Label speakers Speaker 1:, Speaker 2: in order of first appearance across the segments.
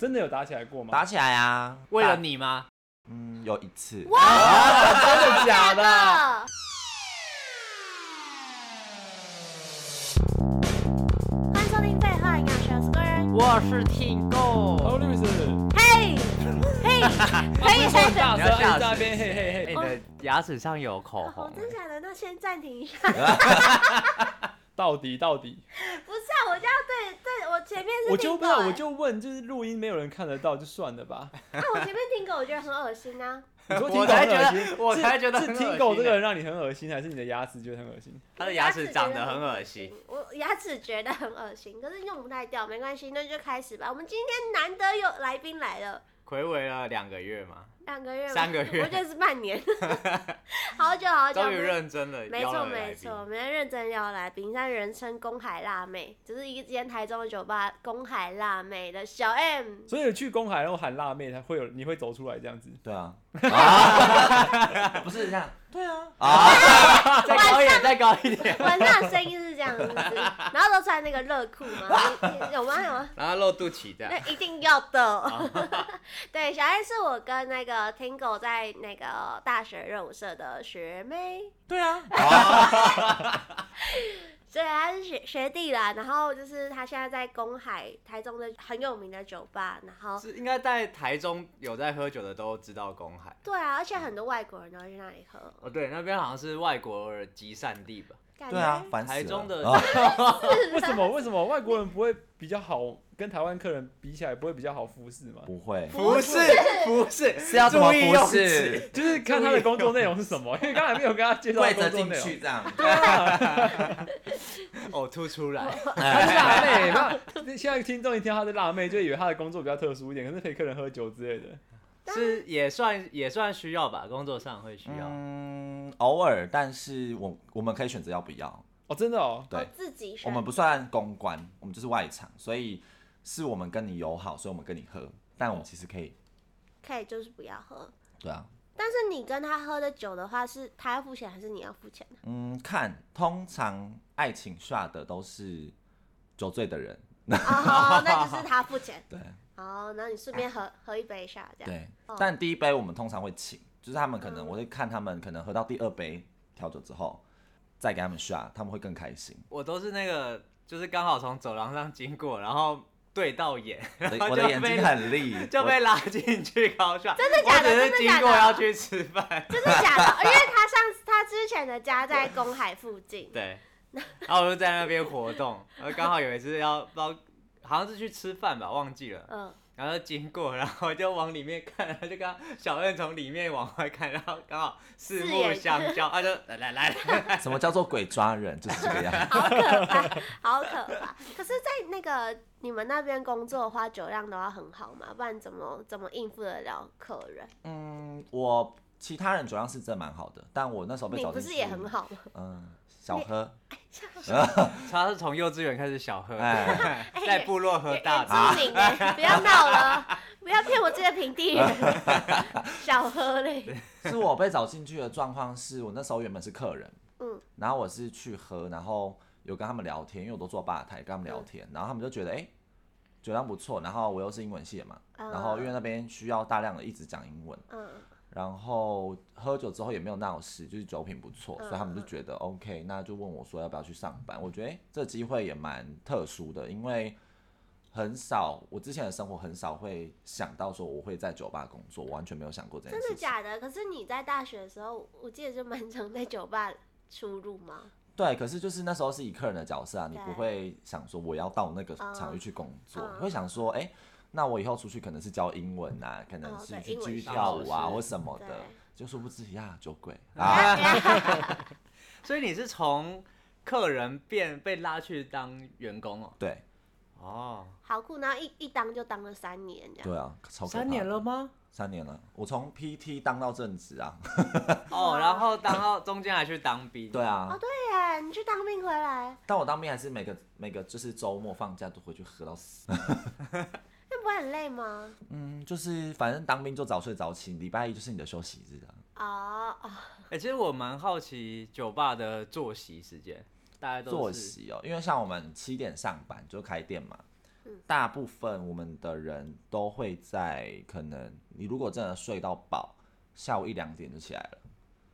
Speaker 1: 真的有打起来过吗？
Speaker 2: 打起来啊！
Speaker 3: 为了你吗？
Speaker 2: 嗯，有一次，
Speaker 1: 啊，真的假的？
Speaker 4: 啊，欢迎收听《废话营养学》，我是 Square。
Speaker 3: 我是听
Speaker 1: 哦，
Speaker 3: 够，
Speaker 1: 律师，
Speaker 4: 嘿，嘿，嘿，
Speaker 1: 说
Speaker 4: 嘿，
Speaker 1: 大
Speaker 3: 你
Speaker 1: 声，哎
Speaker 3: 要吓
Speaker 1: 在
Speaker 3: 死
Speaker 1: 那边嘿嘿
Speaker 3: 哎
Speaker 1: 嘿，
Speaker 3: 你的
Speaker 2: 哦
Speaker 3: 牙齿上有口
Speaker 4: 哦
Speaker 3: 红，
Speaker 4: 真假的？那先暂停一下。
Speaker 1: 到底到底，
Speaker 4: 不是啊，我就要对对，我前面是
Speaker 1: 我就不知
Speaker 4: 听
Speaker 1: 道，
Speaker 4: 狗
Speaker 1: 我就问，就是录音没有人看得到，就算了 吧。
Speaker 4: 哎啊，我前面听狗，我觉得很恶 心啊。
Speaker 1: 你说听
Speaker 3: 我
Speaker 1: 狗
Speaker 3: 才
Speaker 1: 很
Speaker 3: 觉
Speaker 1: 恶心，
Speaker 3: 得，我才觉得
Speaker 1: 是
Speaker 3: 很
Speaker 1: 是
Speaker 3: 恶
Speaker 1: 听
Speaker 3: 心
Speaker 1: 狗这个
Speaker 3: 欸
Speaker 1: 人让你很恶心，还是你的牙齿觉得很恶心？
Speaker 3: 他的牙齿长得很恶心。
Speaker 4: 我牙齿觉得很恶心，可是用不太掉，没关系，那就开始吧。我们今天难得有来宾来了，
Speaker 3: 暌违了两个月嘛，
Speaker 4: 两个月吗，
Speaker 3: 三个月
Speaker 4: 我觉得是半年， 好久好久。
Speaker 3: 终于认真了，
Speaker 4: 没
Speaker 3: 邀
Speaker 4: 错
Speaker 3: 了来
Speaker 4: 没
Speaker 3: 宾
Speaker 4: 错，我。们在认真聊来宾，像人称公海辣妹，就是一间台中的酒吧公海辣妹的小 M。
Speaker 1: 所以去公海然后喊辣妹，才会有你会走出来这样子。
Speaker 2: 对啊，啊，不是这样，
Speaker 1: 对啊，
Speaker 2: 啊，
Speaker 3: 再高一点，再高一点。
Speaker 4: 晚上的声音是这样子，然后都穿那个热裤嘛， 你有吗有吗？
Speaker 3: 然后露肚脐
Speaker 4: 那
Speaker 3: 的，
Speaker 4: 一定要 的。对，小 A 是我跟那个 Tingo 在那个大学任务社的学妹，
Speaker 1: 对 啊，
Speaker 4: 所以她是学学弟啦。然后就是她现在在公海台中的很有名的酒吧，然后
Speaker 3: 是应该在台中有在喝酒的都知道公海。
Speaker 4: 对啊，而且
Speaker 2: 嗯
Speaker 4: 很多外国人都会去那里喝，
Speaker 3: 哦，对，那边好像是外国人集散地吧？
Speaker 4: 感觉
Speaker 2: 对啊，烦死了。
Speaker 3: 台中的
Speaker 2: 啊
Speaker 1: 为什么为什么外国人不会比较好，跟台湾客人比起来不会比较好服侍吗？
Speaker 2: 不会，
Speaker 3: 不是，不是，
Speaker 2: 是要怎么
Speaker 3: 注意用
Speaker 2: 不是？
Speaker 1: 就是看他的工作内容是什么，因为刚才没有跟他介绍
Speaker 2: 跪
Speaker 1: 工
Speaker 2: 着
Speaker 1: 作
Speaker 2: 进
Speaker 1: 内容
Speaker 2: 去。这 样，啊
Speaker 3: 字哦，吐出 来。
Speaker 1: 她是辣妹，那现在听众一听她是辣妹，就以为她的工作比较特殊一点，可是陪客人喝酒之类的。
Speaker 3: 是也算也算需要吧，工作上会需要。
Speaker 2: 嗯，偶尔，但是我我们可以选择要不要。
Speaker 1: 哦，真的哦，
Speaker 2: 对
Speaker 4: 哦自己选。
Speaker 2: 我们不算公关，我们就是外场，所以是我们跟你友好，所以我们跟你喝，但我们其实可以，
Speaker 4: 可以就是不要喝。
Speaker 2: 对啊，
Speaker 4: 但是你跟他喝的酒的话，是他要付钱还是你要 付钱呢？
Speaker 2: 嗯，看，通常爱情刷的都是酒醉的人，
Speaker 4: 哦，那就是他付钱。
Speaker 2: 对
Speaker 4: 哦，那你顺便喝喝一杯下这样。
Speaker 2: 对
Speaker 4: 哦，
Speaker 2: 但第一杯我们通常会请，就是他们可能
Speaker 4: 嗯
Speaker 2: 我会看他们可能喝到第二杯调酒之后，再给他们刷，他们会更开心。
Speaker 3: 我都是那个，就是刚好从走廊上经过，然后对到眼，
Speaker 2: 我的
Speaker 3: 后
Speaker 2: 我的
Speaker 3: 就
Speaker 2: 眼
Speaker 3: 被
Speaker 2: 睛很利，
Speaker 3: 就
Speaker 2: 我
Speaker 3: 被拉进去高校。
Speaker 4: 真的假
Speaker 3: 我只
Speaker 4: 的真的
Speaker 3: 是经
Speaker 4: 假的
Speaker 3: 过要去吃 饭，
Speaker 4: 真的假的？因为他上次他之前的家在公海附近，
Speaker 3: 对，然后我就在那边活动，然后刚好有一次要不知道，好像是去吃饭吧，忘记了，
Speaker 4: 嗯，
Speaker 3: 然后就经过，然后我就往里面看，然后就刚小恩从里面往外看，然后刚好四
Speaker 4: 四
Speaker 3: 目
Speaker 4: 眼
Speaker 3: 相 交，他就来来来，
Speaker 2: 什么叫做鬼抓人，就是这个样 子。
Speaker 4: 好可怕，好可怕。可是，在那个你们那边工作的话，酒量都要很好嘛，不然怎么怎么应付得了客人？
Speaker 2: 嗯，我其他人酒量是真的蛮好的，但我那哦时候被
Speaker 4: 你
Speaker 2: 找
Speaker 4: 不
Speaker 2: 进
Speaker 4: 是
Speaker 2: 去
Speaker 4: 也很？好吗？
Speaker 2: 嗯，小喝，
Speaker 3: 他是从幼稚园开始小喝，
Speaker 2: 哎
Speaker 3: 在部落喝大的。
Speaker 4: 知名哎，不要闹了，不要骗我这个平 地人，小喝嘞。嗯
Speaker 2: 是我被找进去的状况是我那时候原本是客人，
Speaker 4: 嗯
Speaker 2: 然后我是去喝，然后有跟他们聊天，因为我都坐吧台跟他们
Speaker 4: 嗯
Speaker 2: 聊天，然后他们就觉得哎、酒量不错，然后我又是英文系的嘛，
Speaker 4: 嗯
Speaker 2: 然后因为那边需要大量的一直讲英文，
Speaker 4: 嗯，
Speaker 2: 然后喝酒之后也没有闹事，就是酒品不错，
Speaker 4: 嗯
Speaker 2: 所以他们就觉得 OK，那就问我说要不要去上班。我觉得诶这机会也蛮特殊的，因为很少我之前的生活很少会想到说我会在酒吧工作，我完全没有想过这件
Speaker 4: 真
Speaker 2: 事
Speaker 4: 的
Speaker 2: 情。
Speaker 4: 假的？可是你在大学的时候，我记得就蛮常在酒吧出入嘛。
Speaker 2: 对，可是就是那时候是以客人的角色啊，你
Speaker 4: 对
Speaker 2: 不会想说我要到那个场域去工作，
Speaker 4: 嗯
Speaker 2: 你会想说，哎、那我以后出去可能是教英文啊，可能
Speaker 4: 哦
Speaker 2: 是
Speaker 4: 对
Speaker 2: 去
Speaker 4: 英文
Speaker 2: 继续
Speaker 4: 系
Speaker 2: 跳舞啊
Speaker 3: 老师
Speaker 2: 或什么的
Speaker 4: 对，
Speaker 2: 就殊不知呀，酒鬼啊，
Speaker 3: 所以你是从客人变被拉去当员工哦？
Speaker 2: 对
Speaker 3: 哦，
Speaker 4: 好酷，然后一一当就当了三年这样。
Speaker 2: 对啊，超可怕
Speaker 3: 三年
Speaker 2: 的
Speaker 3: 了吗？
Speaker 2: 三年了，我从 PT 当到正职啊。
Speaker 3: 哦，然后当到中间还去当兵。
Speaker 2: 对啊
Speaker 4: 哦，，对耶，你去当兵回来，
Speaker 2: 但我当兵还是每个每个就是周末放假都回去喝到死。
Speaker 4: 那不会很累吗？
Speaker 2: 嗯，就是反正当兵就早睡早起，礼拜一就是你的休息日啊。
Speaker 4: 哦哦，
Speaker 3: 哎、其实我蛮好奇酒吧的作息时间，大家都是
Speaker 2: 作息哦，因为像我们七点上班就开店嘛，大部分我们的人都会在可能你如果真的睡到饱，下午一两点就起来了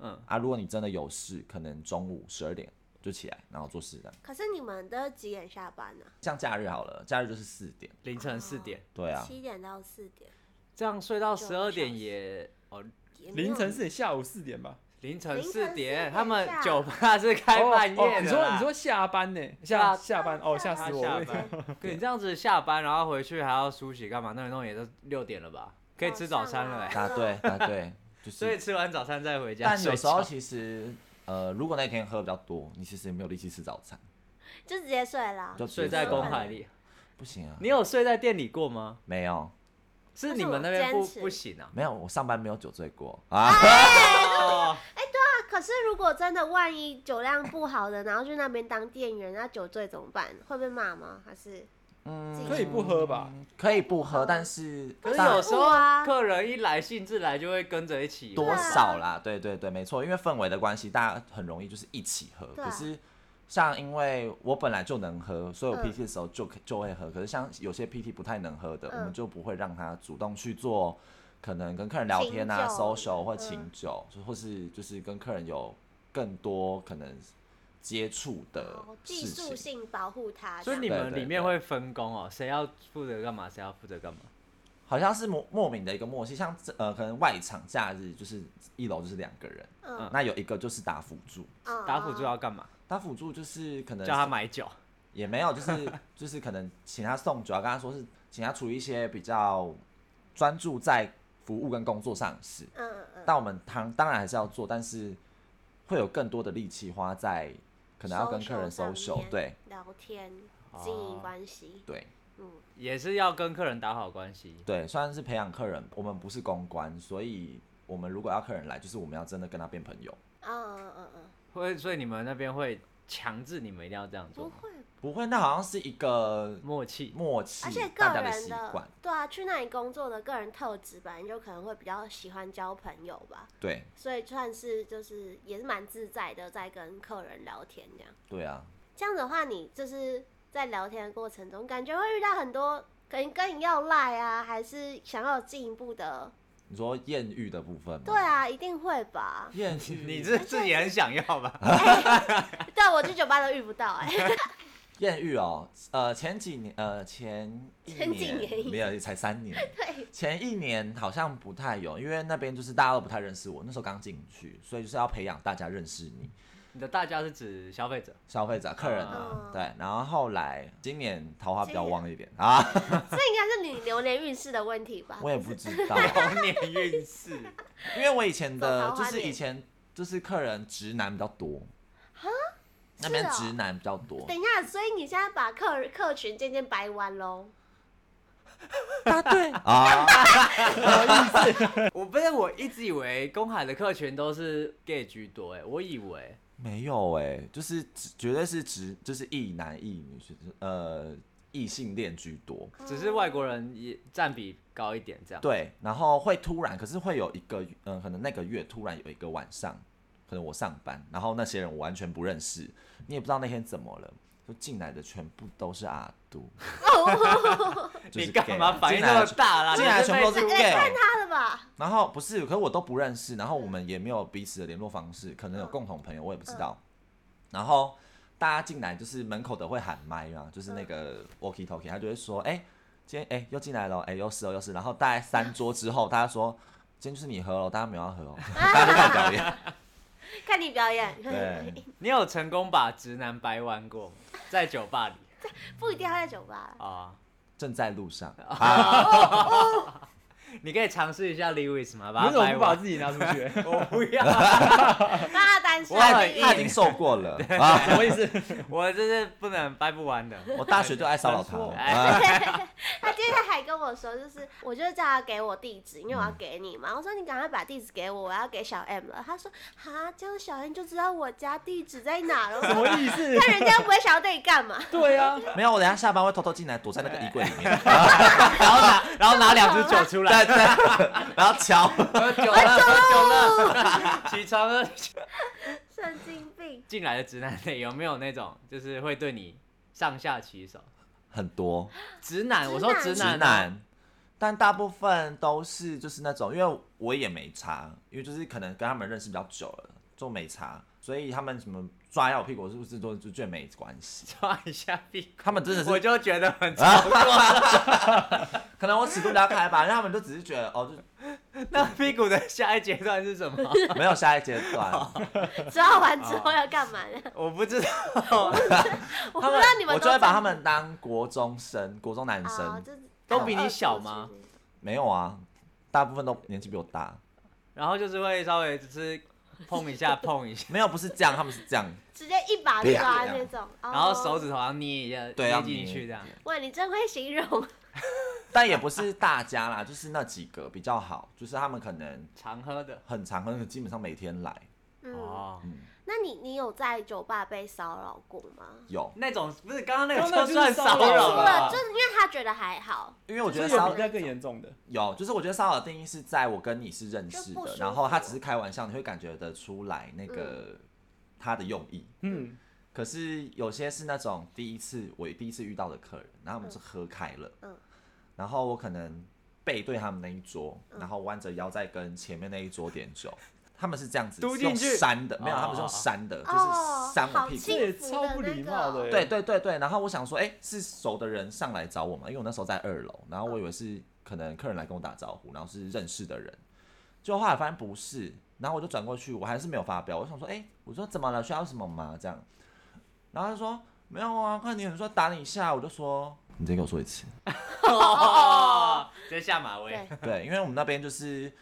Speaker 3: 嗯，
Speaker 2: 啊。如果你真的有事，可能中午十二点就起来，然后做事的。
Speaker 4: 可是你们都几点下班呢、啊
Speaker 2: 像假日好了，假日就是四点，
Speaker 3: 凌晨四点，
Speaker 2: 对啊，
Speaker 4: 七点到四点，
Speaker 3: 这样睡到
Speaker 4: 九
Speaker 3: 十
Speaker 4: 个小
Speaker 3: 二
Speaker 4: 时
Speaker 3: 点也哦，
Speaker 4: 也没有啊
Speaker 1: 凌晨四点，下午四点吧。
Speaker 3: 凌
Speaker 4: 凌
Speaker 3: 晨
Speaker 4: 晨
Speaker 3: 四点，
Speaker 4: 4点
Speaker 3: 他们
Speaker 4: 下
Speaker 3: 酒吧是开
Speaker 1: 哦
Speaker 3: 半
Speaker 1: 哦
Speaker 3: 夜
Speaker 1: 你
Speaker 3: 的
Speaker 1: 说
Speaker 3: 啦。
Speaker 1: 你说下班呢？下
Speaker 3: 啊
Speaker 1: 下班哦，吓
Speaker 4: 下
Speaker 1: 死
Speaker 3: 他
Speaker 1: 我！
Speaker 3: 下
Speaker 1: 了。
Speaker 3: 班，跟你这样子下班，然后回去还要梳洗干嘛？弄一弄也都六点了吧？可以吃早餐了哎、
Speaker 4: 晚上啊
Speaker 2: 答 对答对，就
Speaker 3: 所
Speaker 2: 是。
Speaker 3: 以吃完早餐再回家
Speaker 2: 但
Speaker 3: 睡
Speaker 2: 有时候
Speaker 3: 觉。
Speaker 2: 其实，呃，如果那天喝比较多，你其实也没有力气吃早餐，
Speaker 4: 就直接睡啦。
Speaker 2: 就
Speaker 3: 啊睡
Speaker 2: 直接
Speaker 3: 在
Speaker 2: 吃
Speaker 3: 公
Speaker 2: 了
Speaker 3: 海里，
Speaker 2: 不行啊。
Speaker 3: 你有睡在店里过吗？
Speaker 2: 没有
Speaker 3: 是
Speaker 4: 但
Speaker 3: 你
Speaker 4: 是
Speaker 3: 们
Speaker 4: 我
Speaker 3: 那边
Speaker 4: 坚
Speaker 3: 不
Speaker 4: 持
Speaker 3: 不行啊？
Speaker 2: 没有，我上班没有酒醉过啊。
Speaker 3: 哦，
Speaker 4: 那可是如果真的万一酒量不好的，然后去那边当店员，那酒醉怎么办？会被骂吗？还是
Speaker 2: 嗯，
Speaker 1: 可以不喝吧？
Speaker 2: 可以不喝，但是
Speaker 3: 可是
Speaker 2: 但
Speaker 3: 有时
Speaker 4: 不
Speaker 3: 候
Speaker 4: 啊
Speaker 3: 客人一来兴致来就会跟着一起
Speaker 2: 多
Speaker 3: 玩
Speaker 2: 少啦？对对对，没错，因为氛围的关系，大家很容易就是一起喝。
Speaker 4: 对啊
Speaker 2: 可是像因为我本来就能喝，所以我
Speaker 4: 嗯
Speaker 2: PT 的时候就可就会喝。可是像有些 PT 不太能喝的，
Speaker 4: 嗯
Speaker 2: 我们就不会让他主动去做，可能跟客人聊天啊、
Speaker 4: 请酒
Speaker 2: social 或
Speaker 4: 嗯
Speaker 2: 请酒，就或是就是跟客人有更多可能接触的
Speaker 4: 哦技
Speaker 2: 事
Speaker 4: 术
Speaker 2: 情。
Speaker 4: 性保护他这
Speaker 3: 所以
Speaker 4: 样？
Speaker 3: 你
Speaker 2: 对
Speaker 3: 们
Speaker 2: 对
Speaker 3: 里面
Speaker 2: 对
Speaker 3: 会分工哦，谁要负责干嘛，谁要负责干嘛？
Speaker 2: 好像是莫莫名的一个默契，像这呃，可能外场假日就是一楼就是两个人，
Speaker 4: 嗯
Speaker 2: 那有一个就是打辅助，
Speaker 4: 嗯
Speaker 3: 打辅助
Speaker 4: 嗯
Speaker 3: 要干嘛？
Speaker 2: 打辅助就是可能
Speaker 3: 叫他买酒。
Speaker 2: 也没有，就是就是可能请他送酒啊，跟他说是请他处理一些比较专注在服务跟工作上的事。
Speaker 4: 嗯嗯嗯，
Speaker 2: 但我们当当然还是要做，但是会有更多的力气花在可能要跟客人
Speaker 4: social 上
Speaker 2: social，
Speaker 4: 面
Speaker 2: 对
Speaker 4: 聊天
Speaker 3: 哦
Speaker 4: 经营关系，
Speaker 2: 对
Speaker 4: 嗯，
Speaker 3: 也是要跟客人打好关系。
Speaker 2: 对，虽然是培养客人，我们不是公关，所以我们如果要客人来，就是我们要真的跟他变朋友，
Speaker 4: 嗯嗯嗯嗯，
Speaker 3: 会，所以你们那边会强制你们一定要这样
Speaker 4: 不
Speaker 3: 做，
Speaker 4: 会
Speaker 2: 不会，那好像是一个
Speaker 3: 默契。
Speaker 2: 默契，
Speaker 4: 而且个
Speaker 2: 大家的
Speaker 4: 人
Speaker 2: 习
Speaker 4: 的
Speaker 2: 惯，
Speaker 4: 对啊，去那里工作的个人特质，吧，你就可能会比较喜欢交朋友吧，
Speaker 2: 对
Speaker 4: 所以算是就是也是蛮自在的，在跟客人聊天这样。
Speaker 2: 对啊，
Speaker 4: 这样的话，你就是在聊天的过程中，感觉会遇到很多可能跟你要赖啊，还是想要有进一步的，
Speaker 2: 你说艳遇的部分吗？。
Speaker 4: 对，啊，一定会吧
Speaker 2: 艳遇
Speaker 3: 你是自己很想要吧？
Speaker 4: 对啊，我去酒吧都遇不到哎、
Speaker 2: 艳遇哦，呃，前几年，呃，前一
Speaker 4: 前几年
Speaker 2: 没有，才三年，
Speaker 4: 对，
Speaker 2: 前一年好像不太有，因为那边就是大家都不太认识我，那时候刚进去，所以就是要培养大家认识你，
Speaker 3: 你的大家是指消 费者，
Speaker 2: 消费者、客人啊，
Speaker 4: 嗯
Speaker 2: 对。然后后来今年桃花比较旺一点啊，
Speaker 4: 这应该是你流年运势的问题吧？
Speaker 2: 我也不知道，
Speaker 3: 流年运势。
Speaker 2: 因为我以前的
Speaker 4: 走桃
Speaker 2: 就
Speaker 4: 花
Speaker 2: 是以
Speaker 4: 年
Speaker 2: 前就是客人直男比较多，那边
Speaker 4: 是哦
Speaker 2: 直男比较多，
Speaker 4: 等一下，所以你现在把客客群渐渐掰弯喽。
Speaker 2: 答对啊，
Speaker 3: 我不是，我一直以为公海的客群都是 gay 居多，哎，我以为
Speaker 2: 没有哎、就是直绝对是直，就是一男一女，就是呃异性恋居多。
Speaker 3: 只是外国人也占比高一点这样。
Speaker 2: 对，然后会突然，可是会有一个，嗯、可能那个月突然有一个晚上，可能我上班，然后那些人我完全不认识，你也不知道那天怎么了，就进来的全部都是阿杜，就是
Speaker 3: 你干
Speaker 2: gay
Speaker 3: 嘛反应那么哎大啦？
Speaker 2: 进来的
Speaker 3: 你
Speaker 2: 全部都
Speaker 3: 被
Speaker 2: 是
Speaker 4: 也
Speaker 2: gay，
Speaker 4: 哎看他了吧？
Speaker 2: 然后不是，可是我都不认识，然后我们也没有彼此的联络方式，可能有共同朋友，我也不知道。然后大家进来就是门口的会喊麦嘛，就是那个 walkie talkie，他就会说，哎、今天哎、又进来了，哎、又是哦又是，然后大概三桌之后，大家说。今天就是你喝了，大家没有要喝哦，大家就 看表演。
Speaker 4: 看你表演，
Speaker 2: 对，
Speaker 3: 你有成功把直男掰弯过吗？在酒吧里
Speaker 4: 不一定要在酒吧啦。
Speaker 3: 啊、
Speaker 2: 正在路上，
Speaker 3: 你可以尝试一下 Lewis 吗？
Speaker 1: 你
Speaker 3: 把
Speaker 1: 为
Speaker 3: 他
Speaker 1: 什么
Speaker 3: 掰
Speaker 1: 不把
Speaker 3: 弯。
Speaker 1: 自己拿出去？
Speaker 3: 我不要，
Speaker 4: 让他担心。
Speaker 3: 我很
Speaker 2: 他已经受过了啊！
Speaker 1: 什么意思？
Speaker 3: 我这是不能掰 不弯的。
Speaker 2: 我大学就爱骚扰他了。啊
Speaker 4: 他今天还跟我说，就是我就叫他给我地址，因为我要给你嘛。我说你赶快把地址给我，我要给小 M 了。他说哈，这样小 M 就知道我家地址在哪了。我
Speaker 1: 什
Speaker 4: 说
Speaker 1: 么意思？
Speaker 4: 那人家不会想要对你干嘛？
Speaker 1: 对啊，
Speaker 2: 没有，我等一下下班会偷偷进来，躲在那个衣柜里面，
Speaker 3: 然后拿，然后拿两支酒出来，
Speaker 2: 然后敲。
Speaker 3: 喝酒
Speaker 2: 哎
Speaker 3: 了，喝酒了，起床了。
Speaker 4: 神经病！
Speaker 3: 进来的直男里有没有那种就是会对你上下其手？
Speaker 2: 很多
Speaker 3: 直男，我说直
Speaker 2: 直
Speaker 3: 男啊，
Speaker 4: 哦
Speaker 2: 男，但大部分都是就是那种，因为我也没差，因为就是可能跟他们认识比较久了，就没差，所以他们什么抓一下我屁股，是不是都就觉得没关系？
Speaker 3: 抓一下屁
Speaker 2: 他们真的
Speaker 3: 股，我
Speaker 2: 是，
Speaker 3: 就觉得很
Speaker 2: 啊可能我尺度比较开吧，因为他们就只是觉得哦，
Speaker 3: 那屁股的下一阶段是什么？
Speaker 2: 就没有下一阶段。
Speaker 4: 哦抓完之后要干嘛呢？
Speaker 3: 我不知道。
Speaker 4: 我不
Speaker 2: 他
Speaker 4: 知
Speaker 2: 们
Speaker 4: 道你们
Speaker 2: 我
Speaker 4: 都
Speaker 2: 就会把他们当国中生、国中男
Speaker 4: 怎么
Speaker 2: 生
Speaker 4: 啊，，这
Speaker 3: 都比你小吗？
Speaker 2: 没有啊，大部分都年纪比我大，
Speaker 3: 然后就是会稍微只是碰一下碰一 下，
Speaker 2: 没有不是这样，他们是这样，
Speaker 4: 直接一把
Speaker 2: 对呀对
Speaker 4: 抓
Speaker 2: 呀
Speaker 4: 那种，然
Speaker 3: 然后手指头要捏一下，
Speaker 2: 对
Speaker 3: 捏
Speaker 2: 要
Speaker 3: 进
Speaker 2: 捏
Speaker 3: 去这样。
Speaker 4: 哇，你真会形容，
Speaker 2: 但也不是大家啦，就是那几个比较好，就是他们可能
Speaker 3: 常喝的
Speaker 2: 很常，可能基本上每天来，
Speaker 4: 嗯，
Speaker 3: 哦，
Speaker 4: 那你你有在酒吧被骚扰过吗？
Speaker 2: 有，
Speaker 3: 那种不是刚刚那个
Speaker 1: 刚刚那
Speaker 3: 就
Speaker 1: 就是
Speaker 3: 算
Speaker 1: 骚
Speaker 3: 骚
Speaker 1: 扰
Speaker 3: 扰
Speaker 4: 不了，
Speaker 3: 吧
Speaker 4: 就？是因为他觉得还好，
Speaker 2: 因为我觉得
Speaker 1: 是有
Speaker 2: 骚
Speaker 1: 比较更严重的，
Speaker 2: 有，就是我觉得骚扰的定义是在我跟你是认识
Speaker 4: 就不舒
Speaker 2: 的，
Speaker 4: 服嗯
Speaker 2: 然后他只是开玩笑，你会感觉得出来那个他的用意。
Speaker 1: 嗯，
Speaker 2: 可是有些是那种第一次我第一次遇到的客人，然后他们是喝开了，
Speaker 4: 嗯
Speaker 2: 然后我可能背对他们那一桌，
Speaker 4: 嗯
Speaker 2: 然后弯着腰在跟前面那一桌点酒，他们是这样子
Speaker 3: 嘟进
Speaker 2: 用
Speaker 3: 去
Speaker 2: 扇的，没有，
Speaker 3: 哦
Speaker 2: 他们是用扇的，就
Speaker 4: 哦
Speaker 2: 是扇
Speaker 4: 好
Speaker 2: 我屁
Speaker 1: 这
Speaker 2: 股。
Speaker 1: 也
Speaker 4: 幸福
Speaker 1: 超
Speaker 4: 的
Speaker 1: 不
Speaker 4: 那
Speaker 1: 礼
Speaker 4: 个
Speaker 1: 貌
Speaker 4: 哦
Speaker 1: 的，
Speaker 2: 对，对对对，然后我想说，哎、是熟的人上来找我嘛，因为我那时候在二楼，然后我以为是可能客人来跟我打招呼，然后是认识的人，就后来发现不是，然后我就转过去，我还是没有发飙，我想说，哎、我说怎么了，需要什么吗？这样，然后他说没有啊，快点，你说打你一下，我就说你再给我说一次，
Speaker 3: 哦，直接下马威
Speaker 4: 对。，
Speaker 2: 对，因为我们那边就是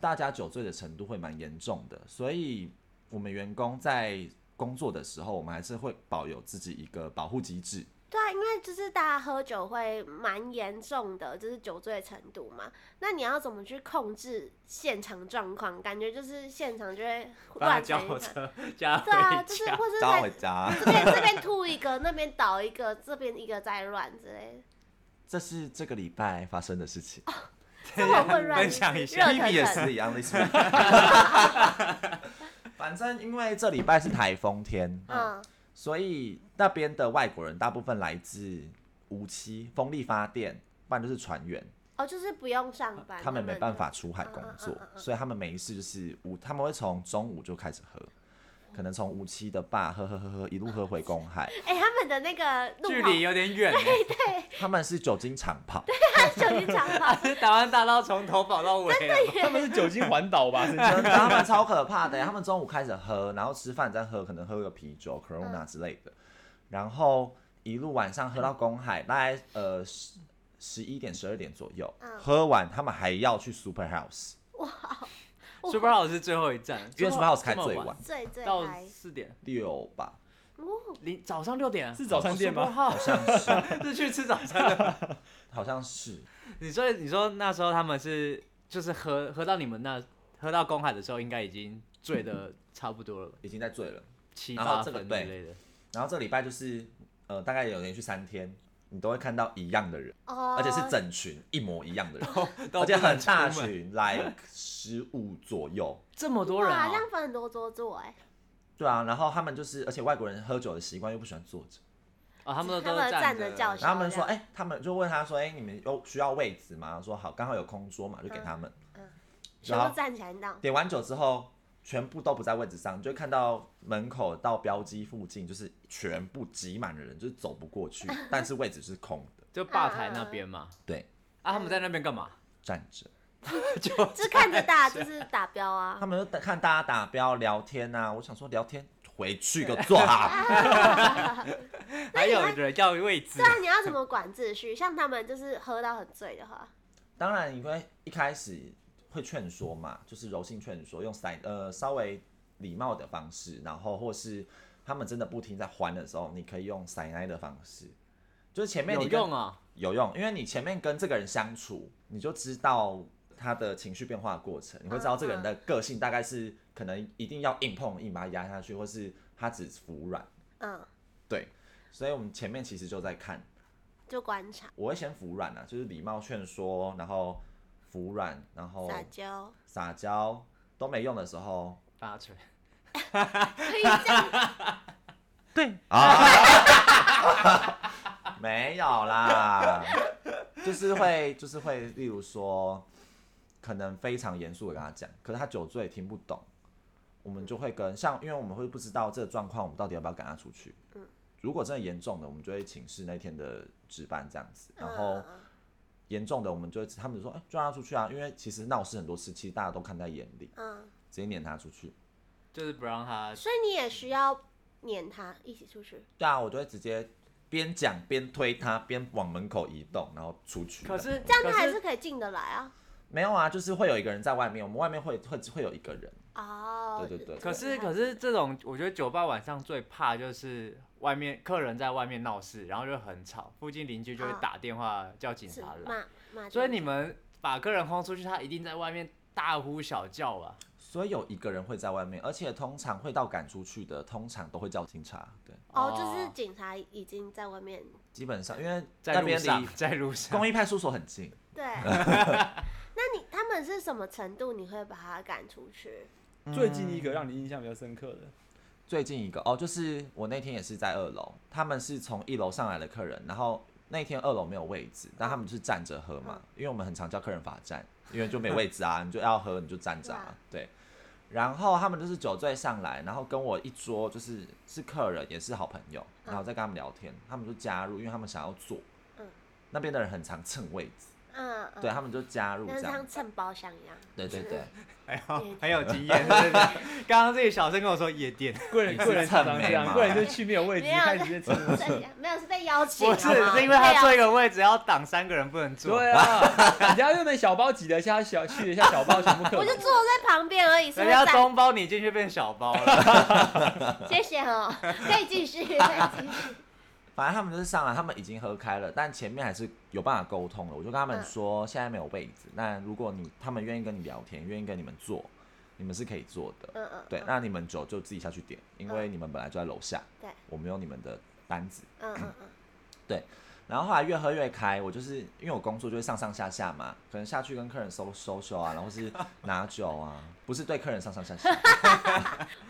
Speaker 2: 大家酒醉的程度会蛮严重的，所以我们员工在工作的时候，我们还是会保有自己一个保护机制。
Speaker 4: 对啊，因为就是大家喝酒会蛮严重的，就是酒醉程度嘛。那你要怎么去控制现场状况？感觉就是现场就会
Speaker 3: 帮他
Speaker 4: 乱
Speaker 3: 叫
Speaker 4: 成
Speaker 3: 火
Speaker 4: 一团。
Speaker 3: 车，加回
Speaker 4: 对啊，就是
Speaker 3: 家。
Speaker 4: 或是
Speaker 2: 大家
Speaker 4: 在
Speaker 2: 回家。
Speaker 4: 这边这边吐一个，那边倒一个，这边一个再乱之类的。
Speaker 2: 这是这个礼拜发生的事情。
Speaker 4: 这么混乱，
Speaker 3: 分享一下
Speaker 4: 热腾
Speaker 2: B 也
Speaker 4: 腾。
Speaker 2: 是一样的意思。反正因为这礼拜是台风天，
Speaker 4: 嗯，
Speaker 2: 所以那边的外国人大部分来自无锡风力发电，不然就是船员，
Speaker 4: 哦，就是不用上班，
Speaker 2: 他们没办法
Speaker 4: 就。
Speaker 2: 出海工作
Speaker 4: 嗯嗯嗯，嗯
Speaker 2: 所以他们没事就是五，他们会从中午就开始喝。可能从无锡的坝喝喝喝喝，一路喝回公海。
Speaker 4: 哎、他们的那个路
Speaker 3: 距
Speaker 4: 跑
Speaker 3: 离，有点远欸，
Speaker 2: 他们是酒精长跑，
Speaker 4: 酒精长跑，
Speaker 3: 是台湾大道从头跑到尾啊了。
Speaker 1: 他们是酒精环岛吧？ 是这样
Speaker 2: 真的他们超可怕的耶。他们中午开始喝，然后吃饭再喝，可能喝个啤酒、Corona
Speaker 3: 嗯
Speaker 2: 之类的，然后一路晚上喝到公海，大概呃十十一点、十二点左右
Speaker 4: 嗯，
Speaker 2: 喝完他们还要去 Super House，
Speaker 4: 我
Speaker 3: Super House 是最后一站，
Speaker 2: 因为 Super House 开最
Speaker 3: 这么
Speaker 2: 晚
Speaker 3: 晚，
Speaker 4: 最最
Speaker 3: 到
Speaker 4: 嗨。
Speaker 3: 四点，
Speaker 2: 六吧，
Speaker 4: 哦
Speaker 3: 零早上六点啊
Speaker 1: 是早餐店吗？
Speaker 2: 好像是，
Speaker 3: 是去吃早餐的。
Speaker 2: 好像是，
Speaker 3: 你说，你说那时候他们是就是喝喝到你们那喝到公海的时候，应该已经醉的差不多了吧，
Speaker 2: 已经在醉了。
Speaker 3: 七
Speaker 2: 然后
Speaker 3: 八
Speaker 2: 这个
Speaker 3: 分之
Speaker 2: 对
Speaker 3: 类的。
Speaker 2: 然后这个礼拜就是呃，大概有连续三天，你都会看到一样的人，
Speaker 4: 哦，
Speaker 2: 而且是整群一模一样的人，
Speaker 3: 哦都
Speaker 2: 而且
Speaker 3: 不能
Speaker 2: 很大
Speaker 3: 出门
Speaker 2: 群，like 十五左右。
Speaker 3: 这么多人
Speaker 4: 哇，
Speaker 3: 啊
Speaker 4: 这！样分很多桌坐哎、
Speaker 2: 对啊，然后他们就是，而且外国人喝酒的习惯又不喜欢坐着，
Speaker 3: 哦，他们都
Speaker 4: 他
Speaker 3: 都
Speaker 4: 们
Speaker 3: 是站
Speaker 4: 站着叫
Speaker 2: 然后
Speaker 4: 嚣
Speaker 2: 他们说，
Speaker 4: 这
Speaker 2: 哎、他们就问他说，哎、你们有需要位置吗？说好，刚好有空桌嘛，就给他们。
Speaker 4: 全
Speaker 2: 然
Speaker 4: 部
Speaker 2: 后
Speaker 4: 站起来闹。
Speaker 2: 点完酒之后，全部都不在位置上，你就看到门口到标机附近，就是全部挤满了人，就是走不过去，但是位置是空的，
Speaker 3: 就吧台那边嘛。
Speaker 4: 嗯
Speaker 2: 对，
Speaker 3: 啊，他们在那边干嘛？
Speaker 2: 站着。
Speaker 3: 就
Speaker 4: 就是看着大家就是打标啊
Speaker 2: 他，们就看大家打标聊天啊，我想说聊天回去给我坐好。
Speaker 3: 还有人要位置
Speaker 4: 嗯对，啊，你要怎么管秩序？像他们就是喝到很醉的话，
Speaker 2: 当然，因为一开始会劝说嘛，就是柔性劝说，用塞呃稍微礼貌的方式，然后或是他们真的不听在还的时候，你可以用塞奶的方式，就是前面
Speaker 3: 有
Speaker 2: 你跟
Speaker 3: 用啊。
Speaker 2: 有用，因为你前面跟这个人相处，你就知道他的情绪变化的过程，你会知道这个人的个性大概是可能一定要硬碰硬把他压下去，或是他只服软，
Speaker 4: 嗯，
Speaker 2: 对，所以我们前面其实就在看
Speaker 4: 就观察
Speaker 2: 我会先服软啊，就是礼貌劝说，然后服软，然后
Speaker 4: 撒娇，
Speaker 2: 撒娇都没用的时候
Speaker 3: 八锤，
Speaker 4: 可以这样
Speaker 2: 啊，没有啦，就是会就是会，例如说，可能非常严肃的跟他讲，可是他酒醉也听不懂，我们就会跟像，因为我们会不知道这个状况，我们到底要不要赶他出去。如果真的严重的，我们就会请示那天的值班这样子，
Speaker 4: 嗯
Speaker 2: 然后严重的我们就会他们就说，哎、就让他出去啊，因为其实闹事很多事，其实大家都看在眼里，
Speaker 4: 嗯，
Speaker 2: 直接撵他出去。
Speaker 3: 就是不让他
Speaker 4: 所以你也需要撵他一起出去。
Speaker 2: 对啊，我就会直接边讲边推他，边往门口移动，然后出去。
Speaker 3: 可是
Speaker 4: 这样他还
Speaker 3: 可
Speaker 4: 是可以进得来啊。
Speaker 2: 没有啊，就是会有一个人在外面，我们外面会会会有一个人。
Speaker 4: 哦，
Speaker 2: 对对对
Speaker 3: 可是可是这种，我觉得酒吧晚上最怕就是外面客人在外面闹事，然后就很吵，附近邻居就会
Speaker 4: 啊
Speaker 3: 打电话叫警
Speaker 4: 是
Speaker 3: 察来。
Speaker 4: 骂骂，
Speaker 3: 所以你们把客人轰出去，他一定在外面大呼小叫吧？
Speaker 2: 所以有一个人会在外面，而且通常会到赶出去的，通常都会叫警察。对，
Speaker 4: 哦，就是警察已经在外面，
Speaker 2: 基本上因为
Speaker 3: 在
Speaker 2: 那
Speaker 3: 路
Speaker 2: 边
Speaker 3: 上
Speaker 2: 离，
Speaker 3: 在路上。
Speaker 2: 公益派出所很近，
Speaker 4: 对。那你他们是什么程度？你会把他赶出去？
Speaker 1: 最近一个让你印象比较深刻的，
Speaker 2: 最近一个哦，就是我那天也是在二楼，他们是从一楼上来的客人，然后那天二楼没有位置，但他们就是站着喝嘛，因为我们很常叫客人罚站，因为就没位置啊， 你就要喝你就站着
Speaker 4: 对
Speaker 2: 啊
Speaker 4: 啊，
Speaker 2: 对。然后他们就是酒醉上来，然后跟我一桌就是是客人也是好朋友，
Speaker 4: 嗯
Speaker 2: 然后再跟他们聊天，他们就加入，因为他们想要坐
Speaker 4: 嗯，
Speaker 2: 那边的人很常蹭位置，
Speaker 4: 嗯，嗯
Speaker 2: 对，他们就加入
Speaker 4: 那
Speaker 2: 这样
Speaker 4: 像，蹭包厢一样。
Speaker 2: 对对对，
Speaker 3: 哎呦，很有经验，对对。刚刚自己小声跟我说夜店，
Speaker 1: 贵人
Speaker 2: 你是
Speaker 1: 贵人常
Speaker 2: 谄
Speaker 1: 常
Speaker 2: 媚
Speaker 1: 这样，
Speaker 2: 吗
Speaker 1: 贵人就是去没有位置，
Speaker 4: 没有
Speaker 1: 开始直接 吃。
Speaker 4: 这样没有是被啊 邀请，
Speaker 3: 不是
Speaker 4: 好吗
Speaker 3: 是因为他
Speaker 4: 被邀
Speaker 3: 坐一个位置要挡三个人不能坐。
Speaker 1: 对啊，人家又没小包挤了一下小，去了一下小包，全部客
Speaker 4: 我就
Speaker 1: 人。
Speaker 4: 坐在旁边而已，是啊
Speaker 3: 人
Speaker 4: 会
Speaker 3: 家
Speaker 4: 站。
Speaker 3: 中包你进去变小 包了，
Speaker 4: 谢谢哦， 可以继续，可以继续。
Speaker 2: 反正他们就是上来，他们已经喝开了，但前面还是有办法沟通的。我就跟他
Speaker 4: 嗯
Speaker 2: 们说，现在没有位置，那如果你他们愿意跟你聊天，愿意跟你们坐，你们是可以坐的。
Speaker 4: 嗯嗯，
Speaker 2: 对，
Speaker 4: 嗯
Speaker 2: 那你们酒就自己下去点，因为你们本来就在楼下。
Speaker 4: 对
Speaker 2: 我没有你们的单子。
Speaker 4: 嗯嗯嗯，
Speaker 2: 然后后来越喝越开，我就是因为我工作就会上上下下嘛，可能下去跟客人收收收啊，然后是拿酒 啊，不是对客人上上下下。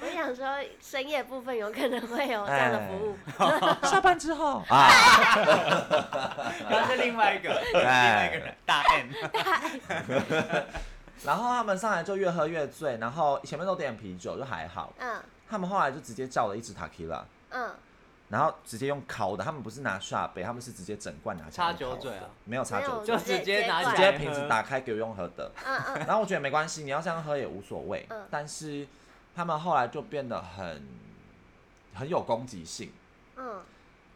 Speaker 4: 我想说深夜部分有可能会有这样的服
Speaker 2: 哎
Speaker 4: 务，
Speaker 2: 下班之后啊，
Speaker 3: 他是另外一个，
Speaker 2: 哎
Speaker 3: 另外一个人大 M。
Speaker 2: 然后他们上来就越喝越醉，然后前面都点啤酒就还好，
Speaker 4: 嗯
Speaker 2: 他们后来就直接叫了一支塔 q 拉，
Speaker 4: 嗯，
Speaker 2: 然后直接用烤的，他们不是拿下杯，他们是直接整罐拿下
Speaker 3: 插
Speaker 2: 来烤
Speaker 3: 酒
Speaker 2: 的
Speaker 3: 嘴啊，
Speaker 2: 没有插
Speaker 4: 没
Speaker 2: 酒
Speaker 4: 有
Speaker 2: 嘴，
Speaker 3: 就直接拿
Speaker 2: 直
Speaker 3: 起
Speaker 2: 接
Speaker 3: 来
Speaker 2: 瓶子打开给我用喝的。
Speaker 4: 嗯嗯
Speaker 2: 然后我觉得没关系，你要这样喝也无所谓。
Speaker 4: 嗯
Speaker 2: 但是他们后来就变得很很有攻击性，
Speaker 4: 嗯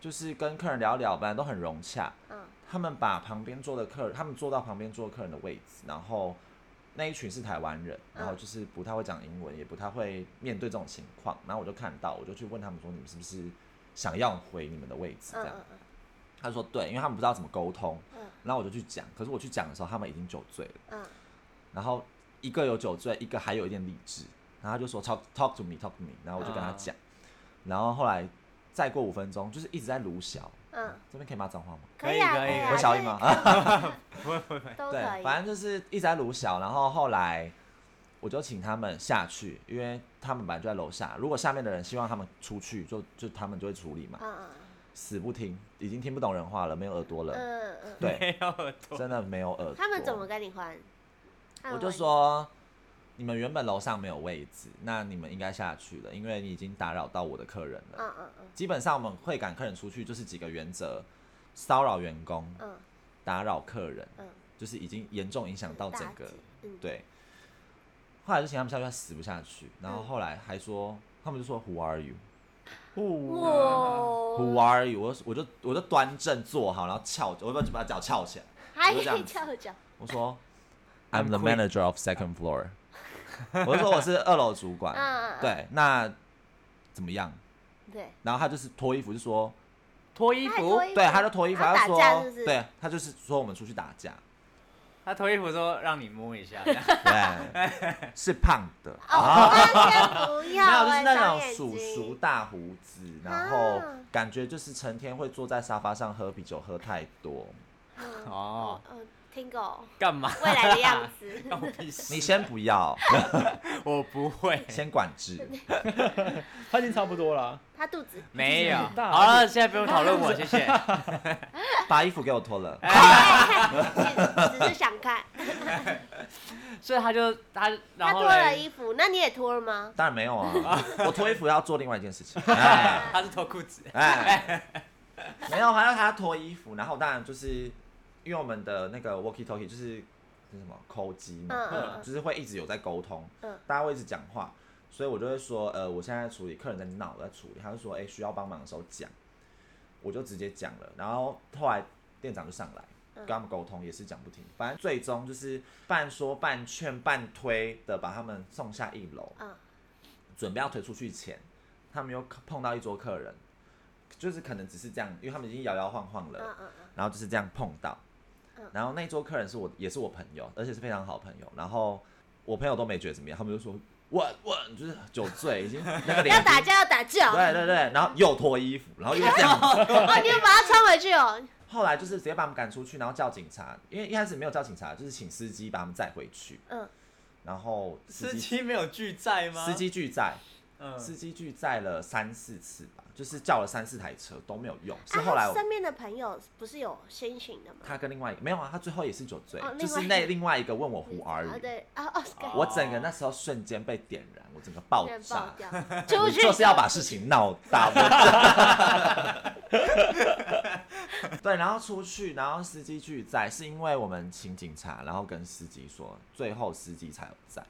Speaker 2: 就是跟客人聊聊，本来都很融洽，
Speaker 4: 嗯，
Speaker 2: 他们把旁边坐的客人，他们坐到旁边坐客人的位置，然后那一群是台湾人，
Speaker 4: 嗯
Speaker 2: 然后就是不太会讲英文，也不太会面对这种情况。然后我就看到，我就去问他们说，你们是不是想要回你们的位置？这
Speaker 4: 嗯
Speaker 2: 样，
Speaker 4: 嗯
Speaker 2: 他说对，因为他们不知道怎么沟通。
Speaker 4: 嗯
Speaker 2: 然后我就去讲，可是我去讲的时候，他们已经酒醉了。
Speaker 4: 嗯
Speaker 2: 然后一个有酒醉，一个还有一点理智，然后他就说 talk talk to me talk to me，然后我就跟他
Speaker 4: 嗯
Speaker 2: 讲，然后后来再过五分钟，就是一直在撸小，
Speaker 4: 嗯，
Speaker 2: 这边可以骂脏话吗？
Speaker 4: 可以啊，
Speaker 3: 可以可以
Speaker 4: 以啊，
Speaker 2: 我小姨吗？
Speaker 3: 不会不会，
Speaker 4: 都
Speaker 2: 对
Speaker 4: 可，以，
Speaker 2: 反正就是一直在撸小，然后后来我就请他们下去，因为他们本来就在楼下，如果下面的人希望他们出去，就就他们就会处理嘛，
Speaker 4: 嗯
Speaker 2: 死不听，已经听不懂人话了，没有耳朵了，
Speaker 4: 嗯嗯嗯，
Speaker 2: 对，
Speaker 3: 没有耳朵。
Speaker 2: 真的没有耳朵。
Speaker 4: 他们怎么跟你换？
Speaker 2: 我就说，你们原本楼上没有位置，那你们应该下去了，因为你已经打扰到我的客人了。
Speaker 4: 嗯嗯嗯
Speaker 2: 基本上我们会赶客人出去，就是几个原则：骚扰员工、
Speaker 4: 嗯
Speaker 2: 打扰客人，
Speaker 4: 嗯，
Speaker 2: 就是已经严重影响到整个
Speaker 4: 嗯
Speaker 2: 对。后来就请他们下去，他死不下去，然
Speaker 4: 嗯
Speaker 2: 后后来还说，他们就说 Who are you?
Speaker 1: 哇，
Speaker 2: Who
Speaker 4: 哇，
Speaker 2: are you? 我就我就我就端正坐好，然后翘，我把把脚翘起来，
Speaker 4: 还可以翘脚，
Speaker 2: 我说 I'm the
Speaker 3: I'm queen.
Speaker 2: manager of second floor，我就说我是二楼主管。
Speaker 4: 嗯嗯
Speaker 2: 对，那怎么样？
Speaker 4: 对，
Speaker 2: 然后他就是脱衣服，就说，
Speaker 3: 脱衣
Speaker 4: 嗯他还
Speaker 3: 服
Speaker 4: 脱，衣
Speaker 2: 对，他就脱衣服，
Speaker 4: 然后
Speaker 2: 他
Speaker 4: 打
Speaker 2: 就
Speaker 4: 架
Speaker 2: 说，
Speaker 4: 是不是
Speaker 2: 对，他就是说我们出去打架，
Speaker 3: 他脱衣服说让你摸一下，
Speaker 2: 对， 是胖的，
Speaker 4: 哦，那先不
Speaker 2: 啊没有
Speaker 4: 要，
Speaker 2: 就是
Speaker 4: 哎
Speaker 2: 那种
Speaker 4: 小眼
Speaker 2: 叔叔
Speaker 4: 睛
Speaker 2: 大胡子，然后
Speaker 4: 啊
Speaker 2: 感觉就是成天会坐在沙发上喝啤酒，喝太多，
Speaker 4: 嗯
Speaker 3: 哦
Speaker 4: 嗯， Tingo
Speaker 3: 干嘛？
Speaker 4: 未来的样子。
Speaker 3: 关我屁事
Speaker 2: 你先不 要，
Speaker 3: 我不 会，
Speaker 2: 先管制。
Speaker 1: 他已经差不多 了，
Speaker 4: 他肚子
Speaker 3: 没 有。
Speaker 1: 很大
Speaker 3: 好了，现在不用讨 论我，谢谢。
Speaker 2: 把衣服给我脱了。
Speaker 4: 只是想看，
Speaker 3: 所以他就他，然
Speaker 4: 他
Speaker 3: 后
Speaker 4: 脱了
Speaker 3: 嘞
Speaker 4: 衣服，那你也脱了吗？
Speaker 2: 当然没有 啊，我脱衣服要做另外一件事情。哎
Speaker 3: 他是脱裤子，
Speaker 2: 哎，没有，还要他脱衣服，然后当然就是因为我们的那个 walkie talkie 就是那什么抠机嘛，
Speaker 4: 嗯嗯嗯
Speaker 2: 就是会一直有在沟通，
Speaker 4: 嗯
Speaker 2: 大家会一直讲话，所以我就会说，呃，我现在在处理客人在闹，我在处理，他就说，哎、需要帮忙的时候讲，我就直接讲了，然后后来店长就上来。
Speaker 4: 嗯
Speaker 2: 跟他们沟通也是讲不停，反正最终就是半说半劝半推的把他们送下一楼。
Speaker 4: 嗯，
Speaker 2: 准备要推出去前，他们又碰到一桌客人，就是可能只是这样，因为他们已经摇摇晃晃了，
Speaker 4: 嗯嗯嗯，
Speaker 2: 然后就是这样碰到
Speaker 4: 嗯。
Speaker 2: 然后那一桌客人是我，也是我朋友，而且是非常好朋友。然后我朋友都没觉得怎么样，他们就说 问问，就是酒醉，已经那个脸
Speaker 4: 要
Speaker 2: 已经
Speaker 4: 打架要打架哦，
Speaker 2: 啊对对对，然后又脱衣服，然后又这样子。
Speaker 4: 哦，你又把他穿回去哦，
Speaker 2: 后来就是直接把他们赶出去，然后叫警察，因为一开始没有叫警察，就是请司机把他们载回去。
Speaker 4: 嗯，
Speaker 2: 然后司
Speaker 3: 司
Speaker 2: 机
Speaker 3: 机没有拒载吗？
Speaker 2: 司，机拒载，
Speaker 3: 嗯，
Speaker 2: 司机拒载了三四次吧，就是叫了三四台车都没有用，是
Speaker 4: 啊
Speaker 2: 后来
Speaker 4: 他
Speaker 2: 我
Speaker 4: 身边的朋友不是有先行的吗？
Speaker 2: 他跟另外一个没有啊，他最后也是酒醉，
Speaker 4: 哦
Speaker 2: 就
Speaker 4: 另外
Speaker 2: 是那另外一个问我 Who are
Speaker 4: 啊
Speaker 2: you，
Speaker 4: 对啊哦，
Speaker 3: 哦
Speaker 2: 我整个那时候瞬间被点燃，我整个爆
Speaker 4: 感觉哦爆
Speaker 2: 炸，
Speaker 4: 掉，
Speaker 2: 我
Speaker 4: 出去
Speaker 2: 就是要把事情闹大。 我对，然后出去，然后司机拒载，是因为我们请警察，然后跟司机说，最后司机才有在。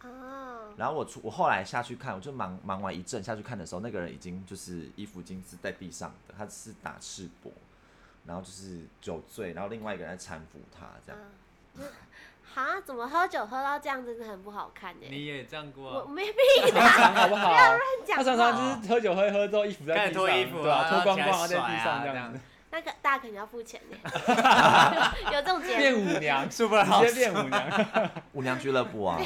Speaker 4: 啊，
Speaker 2: 然后我出，我后来下去看，我就忙忙完一阵下去看的时候，那个人已经就是衣服已经是在地上的，他是打赤膊，然后就是酒醉，然后另外一个人在搀扶他这样。
Speaker 4: 嗯就是哈，怎么喝酒喝到这样真的很不好看呢？
Speaker 3: 你也这样过
Speaker 4: 我
Speaker 3: 啊，
Speaker 4: 没必
Speaker 1: 常常好不好？他
Speaker 4: 讲
Speaker 1: 常
Speaker 4: 话，
Speaker 1: 常就是喝酒喝一喝之后，衣服在地
Speaker 3: 开始
Speaker 1: 上，
Speaker 3: 脱衣服
Speaker 1: 对啊，
Speaker 3: 啊
Speaker 1: 脱光光
Speaker 3: 然
Speaker 1: 然后
Speaker 3: 后
Speaker 1: 在
Speaker 3: 起来
Speaker 1: 地
Speaker 3: 甩
Speaker 1: 上
Speaker 3: 啊
Speaker 1: 这
Speaker 3: 这
Speaker 1: 样
Speaker 3: 样
Speaker 1: 子
Speaker 3: 子，
Speaker 4: 那个大家肯定要付钱呢，有这种节
Speaker 1: 变
Speaker 4: 目
Speaker 1: 舞娘，
Speaker 3: 是不啊是
Speaker 1: 直
Speaker 3: 好
Speaker 1: 接变舞娘，
Speaker 2: 舞娘俱乐部 啊，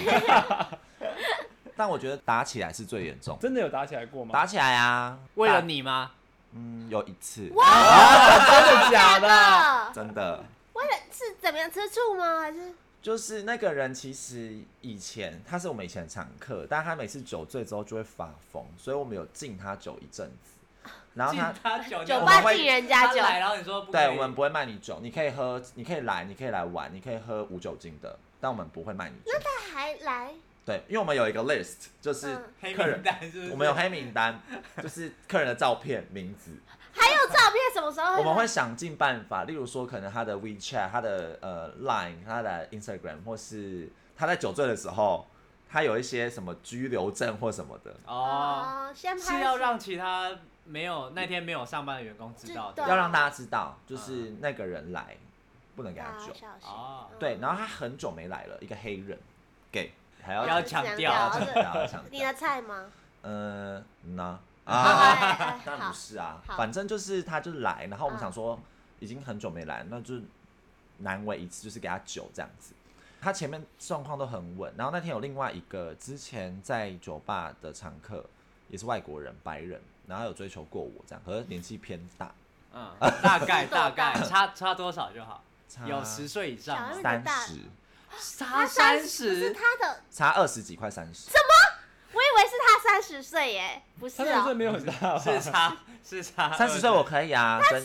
Speaker 2: 但我觉得打起来是最严重，
Speaker 1: 真的有打起来过吗？
Speaker 2: 打起来啊，
Speaker 3: 为了
Speaker 2: 打
Speaker 3: 你吗？
Speaker 2: 嗯有一次
Speaker 1: 真的假
Speaker 4: 啊
Speaker 1: 的？
Speaker 4: 的，
Speaker 2: 真的
Speaker 4: 为了是怎么样吃醋吗？还是
Speaker 2: 就是那个人其实以前他是我们以前的常客，但他每次酒醉之后就会发疯，所以我们有敬他酒一阵子，然后
Speaker 3: 敬
Speaker 2: 他
Speaker 3: 他酒，
Speaker 4: 酒
Speaker 2: 我
Speaker 4: 吧
Speaker 2: 们会
Speaker 4: 敬人家
Speaker 3: 他
Speaker 4: 酒？
Speaker 3: 来，然后你说不可以
Speaker 2: 对，我们不会卖你酒，你可以喝，你可以来，你可以来玩，你可以喝无酒精的，但我们不会卖你酒。
Speaker 4: 他还来，
Speaker 2: 对，因为我们有一个 list，就是
Speaker 4: 嗯
Speaker 3: 黑
Speaker 2: 客人
Speaker 3: 名，单是不是？
Speaker 2: 我们有黑名单，就是客人的照片、名字，
Speaker 4: 还有照片，什么时候
Speaker 2: 我们会想尽办法，例如说可能他的 WeChat、他的呃 Line、他的 Instagram，或是他在酒醉的时候，他有一些什么拘留证或什么的，
Speaker 3: 哦，
Speaker 4: 哦，先拍
Speaker 3: 是要
Speaker 4: 手
Speaker 3: 让其他没有那天没有上班的员工知道
Speaker 4: 知
Speaker 3: 的
Speaker 4: 道。
Speaker 2: 要让大家知道，就是那个人来，不能给他
Speaker 4: 啊
Speaker 2: 酒。
Speaker 4: 小心
Speaker 3: 哦
Speaker 4: 嗯
Speaker 2: 对，然后他很久没来了，一个黑人，gay，还要
Speaker 3: 不要强
Speaker 2: 要
Speaker 3: 调
Speaker 4: 啊这
Speaker 2: 强调，要强
Speaker 4: 你
Speaker 2: 调
Speaker 4: 的。菜吗？
Speaker 2: 嗯，那
Speaker 4: 哎
Speaker 2: 啊，
Speaker 4: 哎
Speaker 2: 当然
Speaker 4: 好
Speaker 2: 不，是啊
Speaker 4: 好，
Speaker 2: 反正就是他就来，然后我们
Speaker 4: 嗯
Speaker 2: 想说已经很久没来，那就难为一次，就是给他酒这样子。他前面状况都很稳，然后那天有另外一个之前在酒吧的常客，也是外国人，白人，然后他有追求过我这样，可是年纪偏大，
Speaker 3: 嗯，大概
Speaker 4: 多大
Speaker 3: 大概差差多少就好，
Speaker 2: 差
Speaker 3: 有十岁以上
Speaker 4: 小
Speaker 3: 吗
Speaker 4: 日？
Speaker 2: 三十，
Speaker 3: 差
Speaker 4: 三
Speaker 3: 三
Speaker 4: 不是
Speaker 3: 十，
Speaker 4: 他的，
Speaker 2: 差二十几，快三十。
Speaker 4: 我以为是他三十岁耶，不是
Speaker 1: 他那岁
Speaker 4: 哦，
Speaker 1: 没有很大吧？
Speaker 3: 是差是 差
Speaker 2: 三十岁我可以啊，跟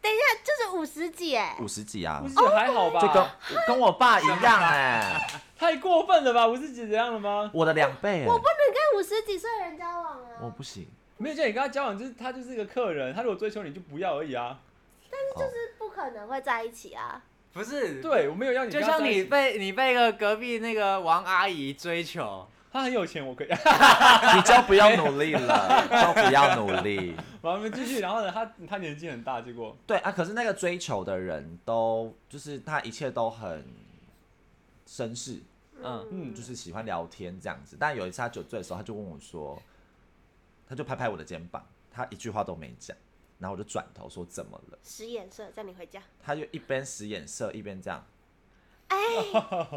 Speaker 4: 等一下就是五十几耶，
Speaker 2: 五十几啊
Speaker 1: 五，十九还好
Speaker 2: 就跟
Speaker 1: 吧？
Speaker 2: 跟我爸一 样哎、
Speaker 1: 太过分了吧？五十几这样了吗？
Speaker 2: 我的两倍、欸，
Speaker 4: 我不能跟五十几岁的人交往啊，
Speaker 2: 我不行，
Speaker 1: 没有叫你跟他交往，就是他就是一个客人，他如果追求你就不要而已啊。
Speaker 2: 哦
Speaker 4: 就是不可能会在一起啊，
Speaker 3: 不是，
Speaker 1: 对，我没有要你
Speaker 3: 就
Speaker 1: 跟他
Speaker 3: 像
Speaker 1: 在一起，
Speaker 3: 你被你被一个隔壁那个王阿姨追求，
Speaker 1: 他很有钱，我可以。
Speaker 2: 你就不要努力 了，就不要努力。
Speaker 1: 好，我们继续。然后呢，他他年纪很大，结果
Speaker 2: 对啊，可是那个追求的人都就是他一切都很绅士，
Speaker 3: 嗯
Speaker 1: 嗯
Speaker 2: 就是喜欢聊天这样子。但有一次他酒醉的时候，他就问我说，他就拍拍我的肩膀，他一句话都没讲，然后我就转头说怎么了？
Speaker 4: 使眼色叫你回家，
Speaker 2: 他就一边使眼色，一边这样，
Speaker 4: 哎，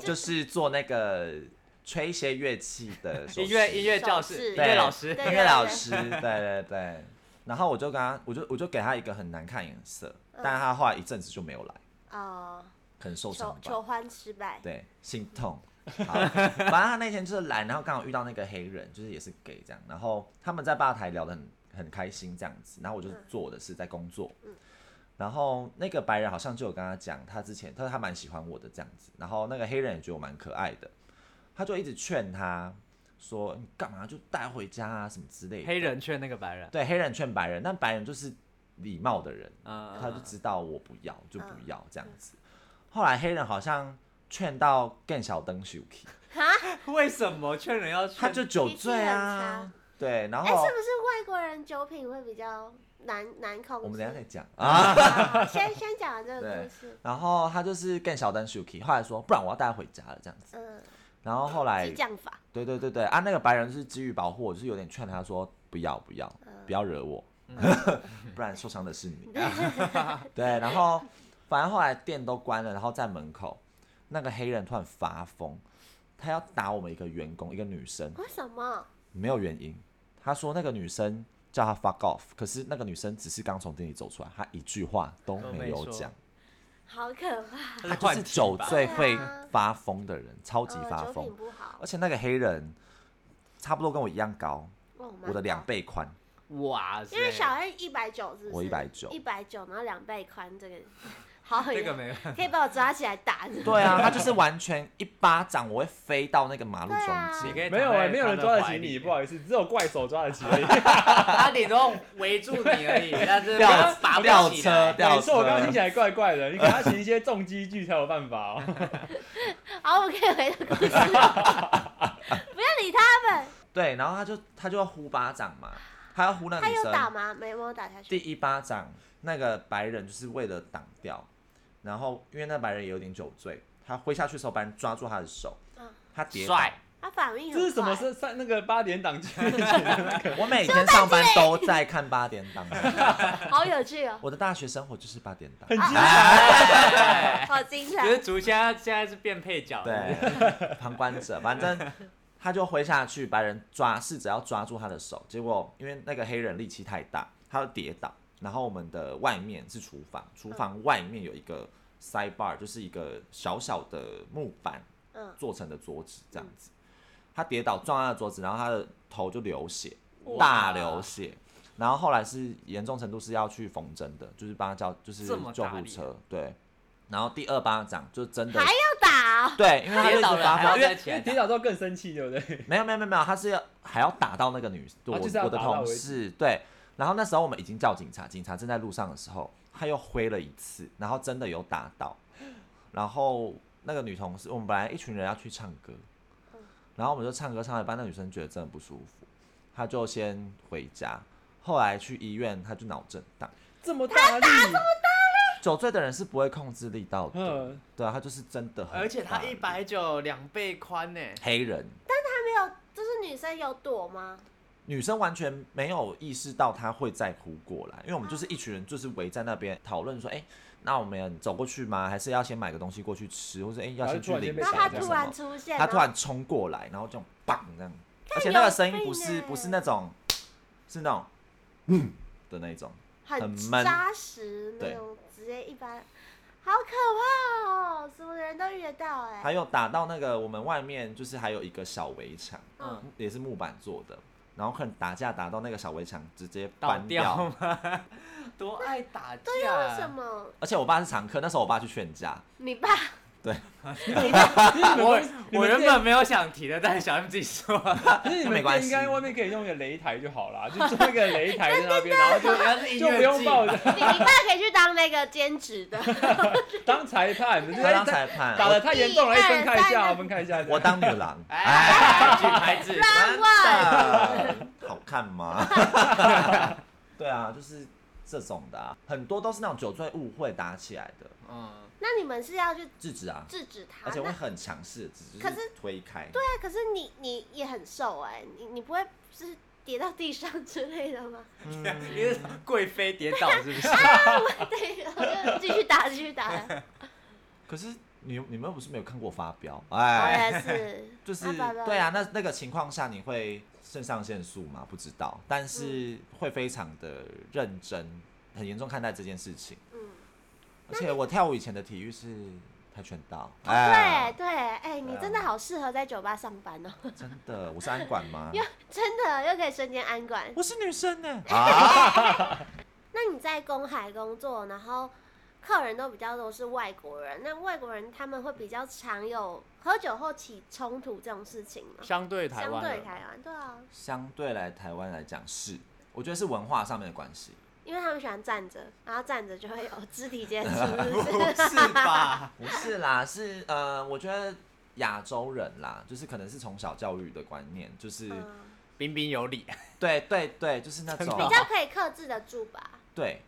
Speaker 2: 就是做那个吹一些乐器的手势
Speaker 3: 音乐音乐教
Speaker 4: 手势
Speaker 3: 室音
Speaker 2: 对
Speaker 3: 乐老师
Speaker 4: 对，啊
Speaker 2: 音乐老师，对对对。然后我
Speaker 4: 嗯
Speaker 2: 就跟他，我就我就给他一个很难看眼色，但他后来一阵子就没有来。
Speaker 4: 哦，
Speaker 2: 很受伤
Speaker 4: 求
Speaker 2: 吧。
Speaker 4: 求欢失败，
Speaker 2: 对，心痛。好，反正他那天就是来，然后刚好遇到那个黑人，就是也是 gay 这样，然后他们在吧台聊得很很开心这样子，然后我就做我的事在工作，
Speaker 4: 嗯
Speaker 2: 然后那个白人好像就有跟他讲，他之前他说他蛮喜欢我的这样子，然后那个黑人也觉得我蛮可爱的，他就一直劝他说你干嘛就带回家啊什么之类的，
Speaker 3: 黑人劝那个白人，
Speaker 2: 对黑人劝白人，但白人就是礼貌的人，
Speaker 3: 嗯，
Speaker 2: 他就
Speaker 3: 嗯
Speaker 2: 知道我不要就不
Speaker 4: 嗯
Speaker 2: 要这样子。后来黑人好像劝到更小灯 Suki，
Speaker 3: 为什么劝人要劝？
Speaker 2: 他就酒醉
Speaker 4: 脾气很
Speaker 2: 啊
Speaker 4: 差，
Speaker 2: 对，然
Speaker 4: 哎，是
Speaker 2: 后
Speaker 4: 不是外国人酒品会比较难难控制？
Speaker 2: 我们等一下再讲啊。
Speaker 4: 啊先先讲完这个故事，
Speaker 2: 然后他就是更小灯 Suki，后来说不然我要带他回家了这样子。
Speaker 4: 嗯，
Speaker 2: 然后后来
Speaker 4: 激将法，
Speaker 2: 对对对对啊，那个白人是基于保护我，就是有点劝他说不要不要
Speaker 4: 嗯
Speaker 2: 不要惹我，
Speaker 3: 嗯
Speaker 2: 不然受伤的是你。对，然后反正后来店都关了，然后在门口那个黑人突然发疯，他要打我们一个员工，一个女生，
Speaker 4: 为什么？
Speaker 2: 没有原因。他说那个女生叫他 fuck off，可是那个女生只是刚从店里走出来，她一句话都
Speaker 3: 都
Speaker 2: 没
Speaker 3: 没
Speaker 2: 有
Speaker 3: 说
Speaker 2: 讲，
Speaker 4: 好可怕，
Speaker 2: 她
Speaker 3: 他是
Speaker 2: 就
Speaker 3: 换
Speaker 2: 是
Speaker 3: 体
Speaker 2: 酒
Speaker 3: 吧
Speaker 2: 醉会
Speaker 4: 对啊
Speaker 2: 发疯的人，超级发
Speaker 4: 呃，酒
Speaker 2: 疯
Speaker 4: 品。不好
Speaker 2: 而，且那个黑人差不多跟我一样高，
Speaker 4: 哦
Speaker 2: 我的两，
Speaker 4: 蛮
Speaker 2: 倍宽，
Speaker 3: 哇塞，
Speaker 4: 高因为小 N 一百九，是不是？
Speaker 2: 我190
Speaker 4: 一百九，然后两倍宽，这个 好狠，
Speaker 3: 这个没有，
Speaker 4: 可以把我抓起来打，是不是
Speaker 2: 对啊，他就是完全一巴掌我会飞到那个马路
Speaker 4: 对啊
Speaker 2: 中
Speaker 3: 你
Speaker 2: 间。
Speaker 3: 可以
Speaker 1: 没有哎、
Speaker 3: 哎，
Speaker 1: 没有人抓得起 你，不好意思，只有怪手抓得起而已。
Speaker 3: 他顶多围住你而已，但是
Speaker 4: 啊
Speaker 2: 吊
Speaker 3: 拔不
Speaker 2: 吊
Speaker 3: 起
Speaker 2: 车
Speaker 3: 来，
Speaker 2: 吊
Speaker 1: 没错，我刚刚听
Speaker 2: 车
Speaker 1: 起，来怪怪的，你给他请一些重击剧才有办法 哦。
Speaker 4: 好，我们可以回到故事，不要理他们。
Speaker 2: 对，然后他就他就要呼巴掌嘛，他要呼那个
Speaker 4: 他
Speaker 2: 女
Speaker 4: 有
Speaker 2: 生。
Speaker 4: 打吗？没，没有打下
Speaker 2: 第
Speaker 4: 去。
Speaker 2: 一巴掌，那个白人就是为了挡掉，然后因为那白人也有点酒醉，他挥下去的时候，白人抓住他的手
Speaker 4: 嗯，
Speaker 2: 他跌倒。
Speaker 3: 帅，
Speaker 4: 他反应
Speaker 1: 这
Speaker 4: 很快
Speaker 1: 是什么？是上那个八点档剧 情的那个？
Speaker 2: 我每天上班都在看八点档，
Speaker 4: 好有趣哦，啊
Speaker 2: 我的大学生活就是八点档。
Speaker 1: 很精彩。
Speaker 4: 好精彩
Speaker 3: 就。是竹现在现在是变配角，
Speaker 2: 对，旁观者，反正他就挥下去，白人抓试着要抓住他的手，结果因为那个黑人力气太大，他就跌倒。然后我们的外面是厨房，
Speaker 3: 嗯
Speaker 2: 厨房外面有一个 side bar，就是一个小小的木板
Speaker 4: 嗯，
Speaker 2: 做成的桌子这样子。他跌倒撞他的桌子，然后他的头就流血，
Speaker 3: 哇
Speaker 2: 大流血。然后后来是严重程度是要去缝针的，就是帮他叫就是
Speaker 3: 这么
Speaker 2: 救
Speaker 3: 大
Speaker 2: 护
Speaker 3: 力啊
Speaker 2: 车。对，然后第二巴掌就真的
Speaker 4: 还要打哦，
Speaker 2: 对，因为他就
Speaker 3: 跌
Speaker 2: 一
Speaker 3: 倒
Speaker 2: 直
Speaker 3: 了
Speaker 2: 发疯，
Speaker 3: 还要
Speaker 2: 因为
Speaker 3: 再起
Speaker 1: 因为
Speaker 3: 来
Speaker 1: 跌
Speaker 3: 打，
Speaker 1: 倒之后更生气，对不对？
Speaker 2: 没有没有没有没有，他是要还要打到那个女，我、
Speaker 1: 啊就是要
Speaker 2: 我的
Speaker 1: 打到
Speaker 2: 同
Speaker 1: 为止
Speaker 2: 事对。然后那时候我们已经叫警察，警察正在路上的时候，他又挥了一次，然后真的有打到。然后那个女同事，我们本来一群人要去唱歌，然后我们就唱歌唱到一半，那女生觉得真的不舒服，她就先回家。后来去医院，她就脑震荡。
Speaker 1: 这么大力，
Speaker 2: 酒醉的人是不会控制力道的
Speaker 1: 嗯，
Speaker 2: 对啊，他就是真的很大力。
Speaker 3: 而且他一百九两倍宽呢，
Speaker 2: 黑人，
Speaker 4: 他没有，就是女生有躲吗？
Speaker 2: 女生完全没有意识到她会再哭过来，因为我们就是一群人，就是围在那边讨论说，哎、那我们走过去吗？还是要先买个东西过去吃，或者哎、要先去领
Speaker 1: 被
Speaker 4: 然后
Speaker 1: 打架
Speaker 4: 他
Speaker 2: 钱什
Speaker 4: 突然
Speaker 2: 么？
Speaker 4: 出现，
Speaker 2: 她突然冲过来，然后这种砰这样，
Speaker 4: 看
Speaker 2: 而且那个声
Speaker 4: 有
Speaker 2: 音
Speaker 4: 病
Speaker 2: 不是
Speaker 4: 欸
Speaker 2: 不是那种，是那种嗯的那种，
Speaker 4: 然后
Speaker 2: 很
Speaker 4: 很
Speaker 2: 闷
Speaker 4: 扎实那种，直接一般，好可怕哦，什么人都遇得到哎。
Speaker 2: 还有打到那个我们外面就是还有一个小围墙，
Speaker 3: 嗯，
Speaker 2: 也是木板做的，然后可能打架打到那个小围墙直接
Speaker 3: 倒
Speaker 2: 翻
Speaker 3: 掉吗？ 多爱打架，
Speaker 4: 对啊，为什么？
Speaker 2: 而且我爸是常客，那时候我爸去劝架，
Speaker 4: 你爸
Speaker 1: 你
Speaker 3: 我我
Speaker 1: 们
Speaker 3: 原
Speaker 1: 店
Speaker 3: 本没有想提的，但是小 M 自己说，
Speaker 1: 可是你
Speaker 2: 没
Speaker 1: 们
Speaker 2: 关
Speaker 1: 店
Speaker 2: 系
Speaker 1: 应该外面可以用一个擂台就好啦，就做一个擂台在那 边，然后
Speaker 3: 就
Speaker 1: 就
Speaker 3: 要 是音
Speaker 1: 就不
Speaker 3: 乐
Speaker 1: 用
Speaker 3: 季，
Speaker 1: 抱着
Speaker 4: 你你爸可以去当那个兼职的，
Speaker 1: 当裁判，就是
Speaker 2: 他当
Speaker 1: 哎
Speaker 2: 裁判，
Speaker 1: 打的太严重了，哎，分开一
Speaker 4: 一二
Speaker 1: 下，
Speaker 4: 三
Speaker 1: 分开一下。
Speaker 2: 我我当女郎。
Speaker 3: 哎，举牌子，
Speaker 2: 真的好看吗？对啊，就是这种的、啊，很多都是那种酒醉误会打起来的，
Speaker 3: 嗯，
Speaker 4: 那你们是要去
Speaker 2: 制止啊，
Speaker 4: 制止他？
Speaker 2: 而且
Speaker 4: 那
Speaker 2: 会很强势的制止，
Speaker 4: 可
Speaker 2: 就是是推开。
Speaker 4: 对啊，可是你你也很瘦哎、你你不会是跌到地上之类的 吗？
Speaker 3: 你是贵妃跌倒是不 是？
Speaker 4: 对，我就继续打，继续打。
Speaker 3: 哎
Speaker 2: 可是你你们又不是没有看过发飙？
Speaker 4: 我
Speaker 2: 哎，
Speaker 4: 也哦是，
Speaker 2: 就是
Speaker 4: 啊爸爸
Speaker 2: 对啊，那那个情况下你会肾上腺素吗？不知道，但
Speaker 4: 嗯
Speaker 2: 是会非常的认真，很严重看待这件事情。
Speaker 4: 嗯，
Speaker 2: 而且我跳舞以前的体育是跆跆拳道。
Speaker 4: 哦对，对，哎，你真的好适合在酒吧上班哦，
Speaker 2: 真的，我是安管吗？
Speaker 4: 又真的又可以瞬间安管。
Speaker 2: 我是女生呢。啊，
Speaker 4: 那你在公海工作，然后客人都比较多是外国人，那外国人他们会比较常有喝酒后起冲突这种事情吗？
Speaker 3: 相对台
Speaker 4: 相
Speaker 3: 湾
Speaker 4: 对
Speaker 3: 了，
Speaker 4: 台湾，对啊，
Speaker 2: 相对来台湾来讲是，我觉得是文化上面的关系。
Speaker 4: 因为他们喜欢站着，然后站着就会有肢 体接触，
Speaker 3: 不是吧？
Speaker 2: 不是啦，是呃，我觉得亚洲人啦，就是可能是从小教育的观念，就是、
Speaker 4: 嗯
Speaker 3: 彬彬有礼，
Speaker 2: 对对对，就是那
Speaker 3: 真
Speaker 2: 种
Speaker 3: 的
Speaker 4: 比较可以克制得住吧。
Speaker 2: 对，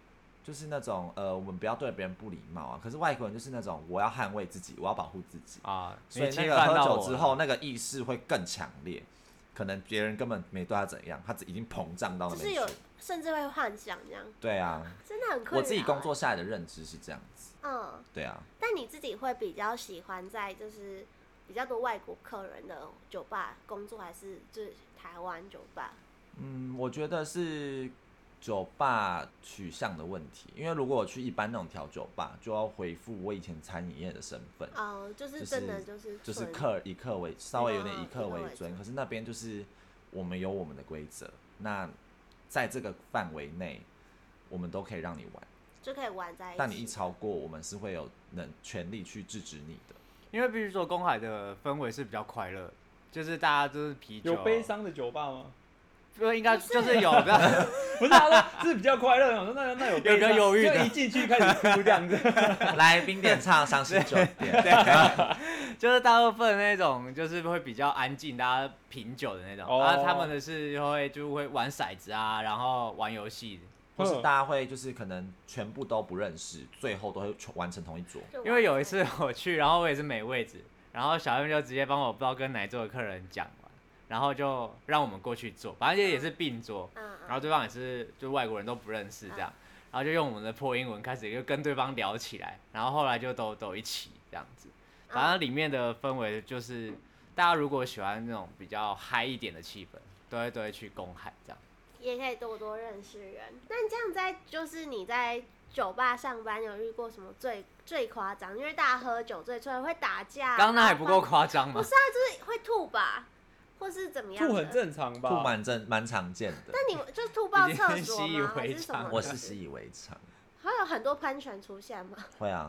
Speaker 2: 就是那种呃，我们不要对别人不礼貌啊。可是外国人就是那种我要捍卫自己，我要保护自己，
Speaker 3: 啊，
Speaker 2: 所以
Speaker 3: 你侵
Speaker 2: 那个
Speaker 3: 犯
Speaker 2: 喝
Speaker 3: 到
Speaker 2: 酒
Speaker 3: 我
Speaker 2: 之
Speaker 3: 了
Speaker 2: 后，那个意识会更强烈。可能别人根本没对他怎样，他只已经膨胀到那
Speaker 4: 就是
Speaker 2: 边
Speaker 4: 有
Speaker 2: 去。
Speaker 4: 甚至会幻想这样，
Speaker 2: 对啊，
Speaker 4: 真的很困扰。
Speaker 2: 我自己工，作下来的认知是这样子。
Speaker 4: 嗯，
Speaker 2: 对啊，
Speaker 4: 但你自己会比较喜欢在就是比较多外国客人的酒吧工作，还是就是台湾酒吧？
Speaker 2: 嗯，我觉得是酒吧取向的问题，因为如果我去一般那种调酒吧，就要回复我以前餐饮业的身份，
Speaker 4: 哦、就
Speaker 2: 就
Speaker 4: 是
Speaker 2: 是
Speaker 4: 真的就是
Speaker 2: 就是
Speaker 4: 纯
Speaker 2: 客以客为稍微有点
Speaker 4: 啊
Speaker 2: 以客为
Speaker 4: 以客为
Speaker 2: 尊，
Speaker 4: 尊
Speaker 2: 可是那边就是我们有我们的规则，那在这个范围内，我们都可以让你玩，
Speaker 4: 就可以玩在一起。
Speaker 2: 但你一超过，我们是会有能权利去制止你的。
Speaker 3: 因为必须说公海的氛围是比较快乐，就是大家就是啤酒，
Speaker 1: 有悲，伤的酒吧吗？
Speaker 3: 就应该就是有比较
Speaker 1: 不是，他说是比较快乐。我说那那有悲
Speaker 3: 有
Speaker 1: 伤
Speaker 3: 个忧郁的
Speaker 1: 就一进去开始哭这样 子。
Speaker 2: 来，冰点 唱伤心酒店，
Speaker 3: 就是大部分那种就是会比较安静，大家品酒的那种。
Speaker 1: 哦
Speaker 3: 然后他们的是会就会玩骰子啊，然后玩游戏，
Speaker 2: 或
Speaker 1: 嗯
Speaker 2: 是大家会就是可能全部都不认识，最后都会完成同一桌。
Speaker 4: 就玩在起
Speaker 3: 因为有一次我去，然后我也是没位置，然后小燕就直接帮我不知道跟哪一桌的客人讲完，然后就让我们过去坐，反正也是并桌，
Speaker 4: 嗯
Speaker 3: 然后
Speaker 4: 嗯，
Speaker 3: 对方也是就外国人都不认识这样，然后就用我们的破英文开始就跟对方聊起来，然后后来就都都一起这样子。反正里面的氛围就是，大家如果喜欢那种比较嗨一点的气氛，都会都会去公海这样。
Speaker 4: 嗯也可以多多认识人。那这样在就是你在酒吧上班有遇过什么最最夸张？因为大家喝酒醉出来会打架，
Speaker 3: 刚刚那还不够
Speaker 4: 然后
Speaker 3: 夸张
Speaker 4: 不
Speaker 3: 吗
Speaker 4: 是？啊，就是会吐吧，或是怎么样的？
Speaker 1: 吐很正常吧？
Speaker 2: 吐蛮正蛮常见的，
Speaker 4: 那你们就吐爆厕
Speaker 3: 已经
Speaker 4: 所
Speaker 3: 习以
Speaker 4: 吗？
Speaker 3: 为
Speaker 4: 还是什么
Speaker 1: 啊
Speaker 3: 常？
Speaker 2: 我是习以为 常。
Speaker 4: 还有很多喷泉出现吗？
Speaker 2: 会啊，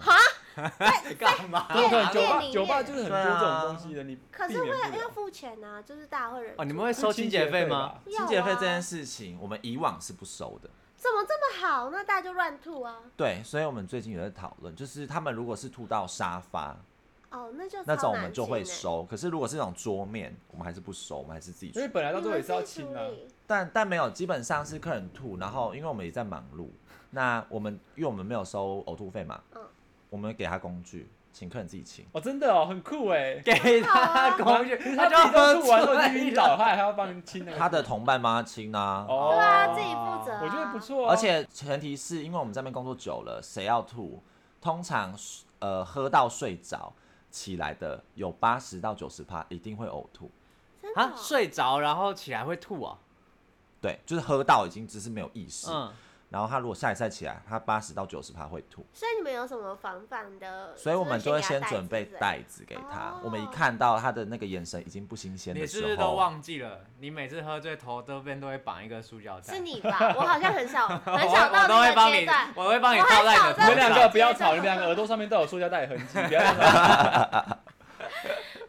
Speaker 3: 干嘛？
Speaker 1: 怎么可能啊酒
Speaker 4: 店里
Speaker 1: 吧
Speaker 4: 面
Speaker 1: 酒吧就是很多这种东西的，你
Speaker 4: 可
Speaker 1: 避
Speaker 4: 是
Speaker 1: 免
Speaker 4: 会
Speaker 1: 不
Speaker 4: 要
Speaker 1: 了。
Speaker 4: 付钱啊，就是大家会忍
Speaker 3: 哦，你
Speaker 4: 住
Speaker 3: 们会收清洁费吗？
Speaker 1: 吧？
Speaker 4: 要
Speaker 2: 清洁费
Speaker 4: 啊
Speaker 2: 这件事情，我们以往是不收的。
Speaker 4: 怎么这么好？那大家就乱吐啊！
Speaker 2: 对，所以我们最近有在讨论，就是他们如果是吐到沙发
Speaker 4: 哦，那就
Speaker 2: 那
Speaker 4: 超
Speaker 2: 种，我
Speaker 4: 难
Speaker 2: 们就会
Speaker 4: 清欸。
Speaker 2: 收。可是如果是那种桌面，我们还是不收，我们还是自己
Speaker 1: 因为
Speaker 2: 去。
Speaker 1: 本来
Speaker 4: 你
Speaker 1: 到最后
Speaker 4: 们
Speaker 1: 也是要
Speaker 4: 自己
Speaker 1: 清
Speaker 4: 处
Speaker 1: 啊。
Speaker 4: 理
Speaker 2: 但但没有，基本上是客人吐，然后因为我们也在忙碌，那我们因为我们没有收呕吐费嘛，
Speaker 4: 嗯
Speaker 2: 我们给他工具，请客人自己清。
Speaker 1: 哦，真的哦，很酷 哎。
Speaker 3: 给他工具，
Speaker 1: 他
Speaker 3: 就
Speaker 1: 自己
Speaker 3: 喝
Speaker 1: 都吐完之后
Speaker 3: 醉
Speaker 1: 就晕
Speaker 3: 了
Speaker 1: 倒，他还要帮你清那个。
Speaker 2: 他的同伴帮他清啊，
Speaker 1: 哦，
Speaker 4: 对啊，自己负责、啊。
Speaker 1: 我觉得不。错啊。
Speaker 2: 而且前提是因为我们在那边工作久了，谁要吐，通常呃喝到睡着起来的有八十到九十趴一定会呕吐，
Speaker 4: 真的、
Speaker 3: 啊
Speaker 4: 哦，？
Speaker 3: 睡着然后起来会吐啊。
Speaker 2: 对，就是喝到已经只是没有意识，
Speaker 3: 嗯，
Speaker 2: 然后他如果下一赛起来，他八十到九十趴会吐，
Speaker 4: 所以你们有什么防范的？
Speaker 2: 所以我们就会
Speaker 4: 是给
Speaker 2: 先
Speaker 4: 他
Speaker 2: 准备
Speaker 4: 袋子之类的。
Speaker 2: 袋子给他
Speaker 4: 哦。
Speaker 2: 我们一看到他的那个眼神已经不新鲜
Speaker 3: 你
Speaker 2: 的
Speaker 3: 是
Speaker 2: 时
Speaker 3: 不
Speaker 2: 候，
Speaker 3: 是都忘记了？你每次喝醉头这边都会绑一个塑胶袋
Speaker 4: 是。你吧？ 我好像 很少很
Speaker 3: 哦我
Speaker 4: 少
Speaker 3: 会我都
Speaker 4: 到
Speaker 3: 会
Speaker 4: 那
Speaker 3: 帮
Speaker 4: 个
Speaker 3: 你
Speaker 4: 阶段，。
Speaker 3: 我会帮你
Speaker 4: 我
Speaker 3: 套
Speaker 4: 很
Speaker 3: 在
Speaker 4: 少
Speaker 3: 你的
Speaker 1: 你
Speaker 4: 在
Speaker 3: 头
Speaker 1: 们两个
Speaker 3: 上。嗯
Speaker 1: 不要吵，你们两个耳朵上面都有塑胶袋的痕迹，不要吵。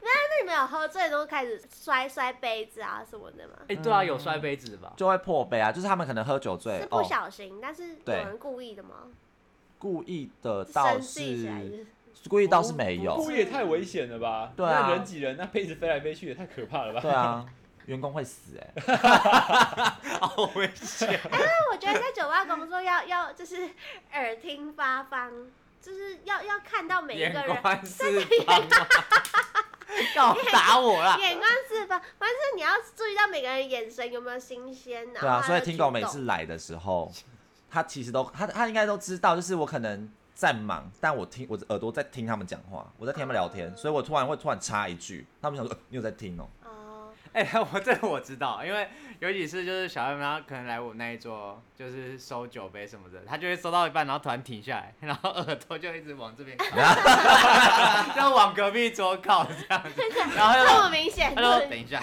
Speaker 4: 那你们有喝醉都开始摔摔杯子啊什么的吗？
Speaker 3: 哎，对啊，有摔杯子吧？
Speaker 2: 就会破杯啊，就是他们可能喝酒醉
Speaker 4: 是不
Speaker 2: 哦，
Speaker 4: 小心，但是有
Speaker 2: 对
Speaker 4: 人故意的吗？
Speaker 2: 故意的倒
Speaker 4: 生气起来哦就是是
Speaker 2: 故意倒是没 有，
Speaker 1: 故意也太危险了吧？
Speaker 2: 对啊
Speaker 1: 那人挤人，那杯子飞来飞去也太可怕了吧？
Speaker 2: 对啊，员工会死哎、
Speaker 3: 好危险！
Speaker 4: 但我觉得在酒吧工作要要就是耳听八方，就是要要看到每一
Speaker 3: 眼
Speaker 4: 个人，
Speaker 3: 观四方啊！ 要打我 啦！
Speaker 4: 眼光四方，但是你要注意到每个人眼神有没有新鲜，然
Speaker 2: 对
Speaker 4: 后
Speaker 2: 啊，
Speaker 4: 他
Speaker 2: 所以
Speaker 4: 的
Speaker 2: 听
Speaker 4: 举
Speaker 2: 狗每
Speaker 4: 动
Speaker 2: 次来的时候，他其实都他他应该都知道，就是我可能在忙，但我听我的耳朵在听他们讲话，我在听他们聊天，所以我突然会突然插一句，他们想说、呃你有在听哦、
Speaker 4: 哦，
Speaker 3: 哎、我这个我知道，因为有几次就是小 M 他可能来我那一桌，就是收酒杯什么的，他就会收到一半，然后突然停下来，然后耳朵就一直往这边靠， 然后往隔壁桌靠这样子，然后他就
Speaker 4: 这么
Speaker 3: 说
Speaker 4: 明显，
Speaker 3: 他就说等一下，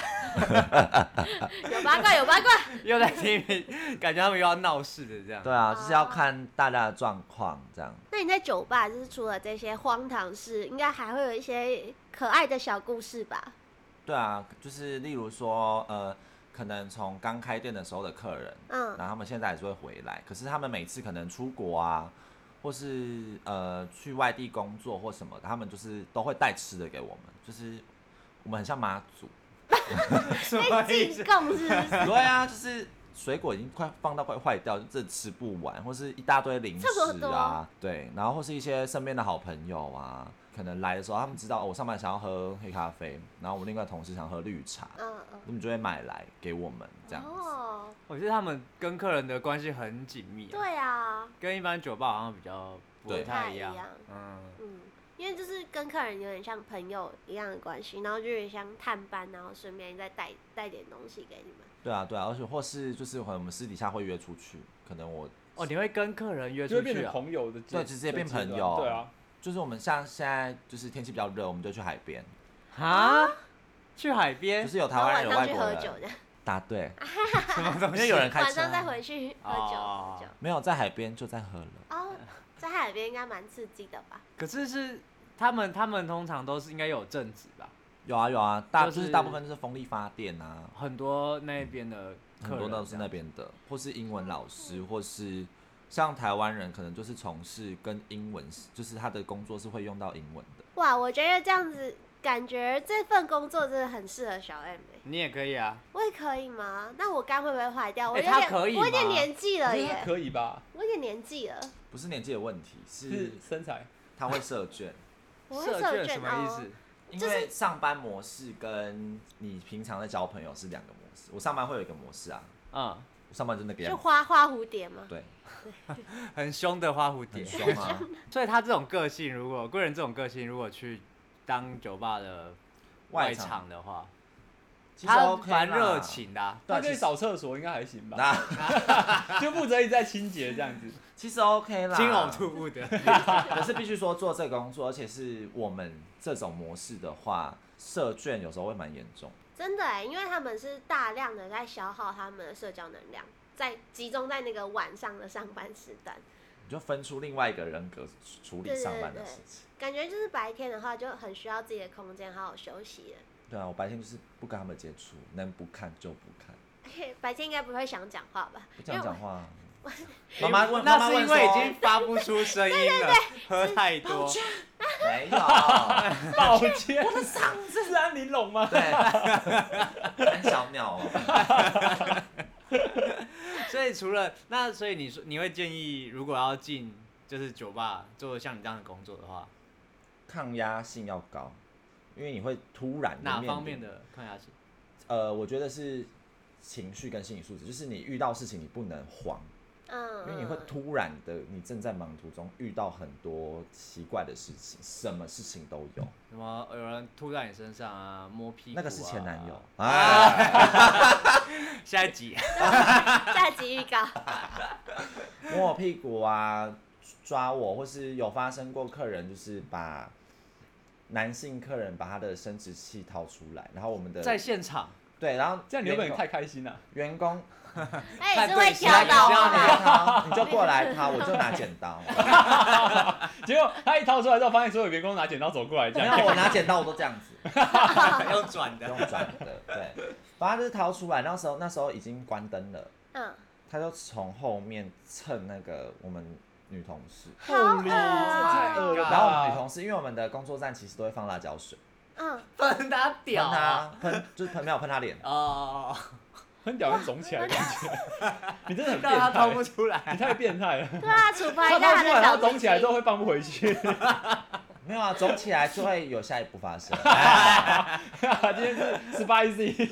Speaker 4: 有八卦有八卦，
Speaker 3: 又在听一遍，感觉他们又要闹事的这样。
Speaker 2: 对啊，
Speaker 4: 哦
Speaker 2: 就是要看大家的状况这样。
Speaker 4: 那你在酒吧，就是除了这些荒唐事，应该还会有一些可爱的小故事吧？
Speaker 2: 对啊，就是例如说，呃，可能从刚开店的时候的客人，
Speaker 4: 嗯，
Speaker 2: 然后他们现在还是会回来，可是他们每次可能出国啊，或是呃去外地工作或什么的，他们就是都会带吃的给我们，就是我们很像妈祖。
Speaker 3: 什么
Speaker 4: 被
Speaker 3: 意
Speaker 4: 进
Speaker 3: 思？
Speaker 4: 贡是不是？
Speaker 2: 对啊，就是水果已经快放到快坏掉，就真的吃不完，或是一大堆零
Speaker 4: 这么
Speaker 2: 食
Speaker 4: 多
Speaker 2: 啊，对，然后或是一些身边的好朋友啊，可能来的时候他们知道、哦我上班想要喝黑咖啡，然后我另外同事想喝绿茶，
Speaker 4: 嗯嗯，
Speaker 2: 他们就会买来给我们这样子。
Speaker 4: 哦，
Speaker 3: 我觉得他们跟客人的关系很紧密、啊，
Speaker 4: 对啊，
Speaker 3: 跟一般酒吧好像比较不
Speaker 2: 对
Speaker 3: 太
Speaker 4: 不太一
Speaker 3: 一样
Speaker 4: 样。
Speaker 3: 嗯，
Speaker 4: 嗯，因为就是跟客人有点像朋友一样的关系，然后就有点像探班，然后顺便再带带点东西给你们。
Speaker 2: 对啊，对啊，而且或是就是可能我们私底下会约出去，可能我
Speaker 3: 哦，你会跟客人约
Speaker 1: 就会
Speaker 3: 出
Speaker 1: 变
Speaker 3: 去
Speaker 1: 成
Speaker 3: 啊？
Speaker 1: 朋友的阶，
Speaker 2: 对直接变
Speaker 1: 的阶段
Speaker 2: 朋友
Speaker 1: 对啊，
Speaker 2: 就是我们像现在就是天气比较热，我们就去海边，
Speaker 3: 啊？去海边
Speaker 2: 就？是有台
Speaker 4: 然后
Speaker 2: 湾
Speaker 4: 晚
Speaker 2: 人有外
Speaker 4: 上去
Speaker 2: 国
Speaker 4: 喝酒
Speaker 2: 人
Speaker 4: 的，
Speaker 2: 答对，
Speaker 3: 什么东
Speaker 2: 因
Speaker 3: 西？
Speaker 2: 为有人开车啊、
Speaker 4: 晚上再回去喝酒喝酒。
Speaker 2: 没有在海边就在喝了。
Speaker 4: 哦，在海边应该蛮刺激的吧？
Speaker 3: 可是是他们，他们通常都是应该有正职吧？
Speaker 2: 有啊有啊，大
Speaker 3: 就
Speaker 2: 就是是大部分就是风力发电啊，
Speaker 3: 很多那边的客
Speaker 2: 很多
Speaker 3: 人
Speaker 2: 都是那边的，或是英文老师，或是像台湾人可能就是从事跟英文，就是他的工作是会用到英文的。
Speaker 4: 哇，我觉得这样子感觉这份工作真的很适合小 M 欸
Speaker 3: 你也可以啊，
Speaker 4: 我也可以吗？那我肝会不会坏掉？我
Speaker 3: 欸
Speaker 4: 有点，
Speaker 3: 他可以
Speaker 4: 我有点
Speaker 3: 吗
Speaker 4: 年纪
Speaker 1: 我
Speaker 4: 了
Speaker 1: 觉得他
Speaker 4: 耶，
Speaker 1: 可以吧？
Speaker 4: 我有点年纪了，
Speaker 2: 不是年纪的问题，
Speaker 1: 是
Speaker 2: 是
Speaker 1: 身材，
Speaker 2: 他会设 卷，
Speaker 4: 我会
Speaker 3: 社
Speaker 4: 受
Speaker 3: 券什
Speaker 4: 卷
Speaker 3: 么意
Speaker 4: 哦
Speaker 3: 思。？
Speaker 2: 因
Speaker 4: 就是
Speaker 2: 为上班模式跟你平常在交朋友是两个模式。我上班会有一个模式啊，
Speaker 3: 嗯，
Speaker 2: 我上班就那个
Speaker 4: 就
Speaker 2: 样子，
Speaker 4: 花花蝴蝶吗？
Speaker 2: 对，
Speaker 3: 嗯很凶的花蝴
Speaker 2: 很
Speaker 3: 蝶。
Speaker 2: 凶啊。
Speaker 3: 所以他这种个性，如果贵人这种个性，如果去当酒吧的外
Speaker 2: 外场
Speaker 3: 场的话，
Speaker 2: 其实
Speaker 3: 他
Speaker 2: OK 啦
Speaker 3: 蛮热，情的啊、
Speaker 2: 对
Speaker 1: 他
Speaker 2: 啊，
Speaker 1: 可以
Speaker 2: 其实
Speaker 1: 扫厕所应该还行吧，
Speaker 2: 那
Speaker 1: 就负责一直在清洁这样子。
Speaker 2: 其实 OK 啦，
Speaker 3: 金呕吐物 的。
Speaker 2: 可是必须说做这个工作，而且是我们这种模式的话，社卷有时候会蛮严重。
Speaker 4: 真的哎，因为他们是大量的在消耗他们的社交能量，在集中在那个晚上的上班时段，
Speaker 2: 你就分出另外一个人格处理上班的事情。
Speaker 4: 感觉就是白天的话就很需要自己的空间，好好休息了。
Speaker 2: 对啊，我白天就是不跟他们接触，能不看就不看，
Speaker 4: 白天应该不会想讲话吧？
Speaker 2: 不
Speaker 4: 因为
Speaker 2: 讲
Speaker 4: 我
Speaker 2: 讲话啊。妈妈问，妈妈
Speaker 3: 那是
Speaker 2: 问
Speaker 3: 因为已
Speaker 2: 说
Speaker 3: 经发不出声音了， 喝太多。
Speaker 2: 没有，
Speaker 1: 抱歉，我的嗓子是安玲珑吗？
Speaker 2: 对，啊很小鸟哦。
Speaker 3: 所以除了那，所以你说你会建议，如果要进就是酒吧做像你这样的工作的话，
Speaker 2: 抗压性要高，因为你会突然地
Speaker 3: 哪
Speaker 2: 面
Speaker 3: 方面
Speaker 2: 临
Speaker 3: 的抗压性？
Speaker 2: 呃，我觉得是情绪跟心理素质，就是你遇到事情你不能慌。
Speaker 4: 嗯，
Speaker 2: 因为你会 突然的，你正在忙途中遇到很多奇怪的事情，什么事情都有。
Speaker 3: 什么有人吐在你身上啊，摸屁股、啊？
Speaker 2: 那个是前男友。啊，
Speaker 3: 下一集
Speaker 4: 下集预告，
Speaker 2: 摸我屁股啊，抓我，或是有发生过客人就是把男性客人把他的生殖器掏出来，然后我们的
Speaker 3: 在 现场，
Speaker 2: 对，然后
Speaker 1: 这样你有
Speaker 2: 员
Speaker 1: 本
Speaker 2: 工
Speaker 1: 太开心了、啊
Speaker 2: 员工
Speaker 4: 他也
Speaker 3: 看
Speaker 4: 是会
Speaker 3: 对
Speaker 4: 挑
Speaker 3: 象
Speaker 4: 到
Speaker 3: 你
Speaker 4: 啊
Speaker 3: 知道
Speaker 2: 你掏，你就过 来掏，我就拿剪刀。
Speaker 1: 结果他一掏出来之后，发现所有员工拿剪刀走过来，这
Speaker 2: 没
Speaker 1: 样
Speaker 2: 哦有，我拿剪刀我都这样子。
Speaker 3: 用转
Speaker 2: 不用
Speaker 3: 的。
Speaker 2: 转的，对，反正他就是逃出来，那时候那时候已经关灯了，
Speaker 4: 嗯，
Speaker 2: 他就从后面蹭那个我们女同事，
Speaker 3: 啊
Speaker 1: 好恶
Speaker 3: 哦
Speaker 4: 啊
Speaker 1: 太恶了吧。
Speaker 2: 然后我们女同事，因为我们的工作站其实都会放辣椒水，
Speaker 4: 嗯，
Speaker 3: 喷他
Speaker 2: 喷
Speaker 3: 屌啊！
Speaker 2: 他喷 就是喷没有喷他脸，啊
Speaker 3: 哦，
Speaker 1: 很屌，人肿起来的感觉，你真的很变
Speaker 3: 让他掏不
Speaker 1: 态，
Speaker 3: 出来。
Speaker 1: 你太变态了。
Speaker 4: 对啊，处罚
Speaker 1: 他
Speaker 4: 一
Speaker 1: 掏
Speaker 4: 下
Speaker 1: 出
Speaker 4: 他
Speaker 1: 来，
Speaker 4: 的
Speaker 1: 然后
Speaker 4: 小
Speaker 1: 肿
Speaker 4: 心
Speaker 1: 起来之后
Speaker 4: 机。
Speaker 1: 会放不回去。
Speaker 2: 没有啊，肿起来就会有下一步发 生。哎
Speaker 1: 今天是 spicy，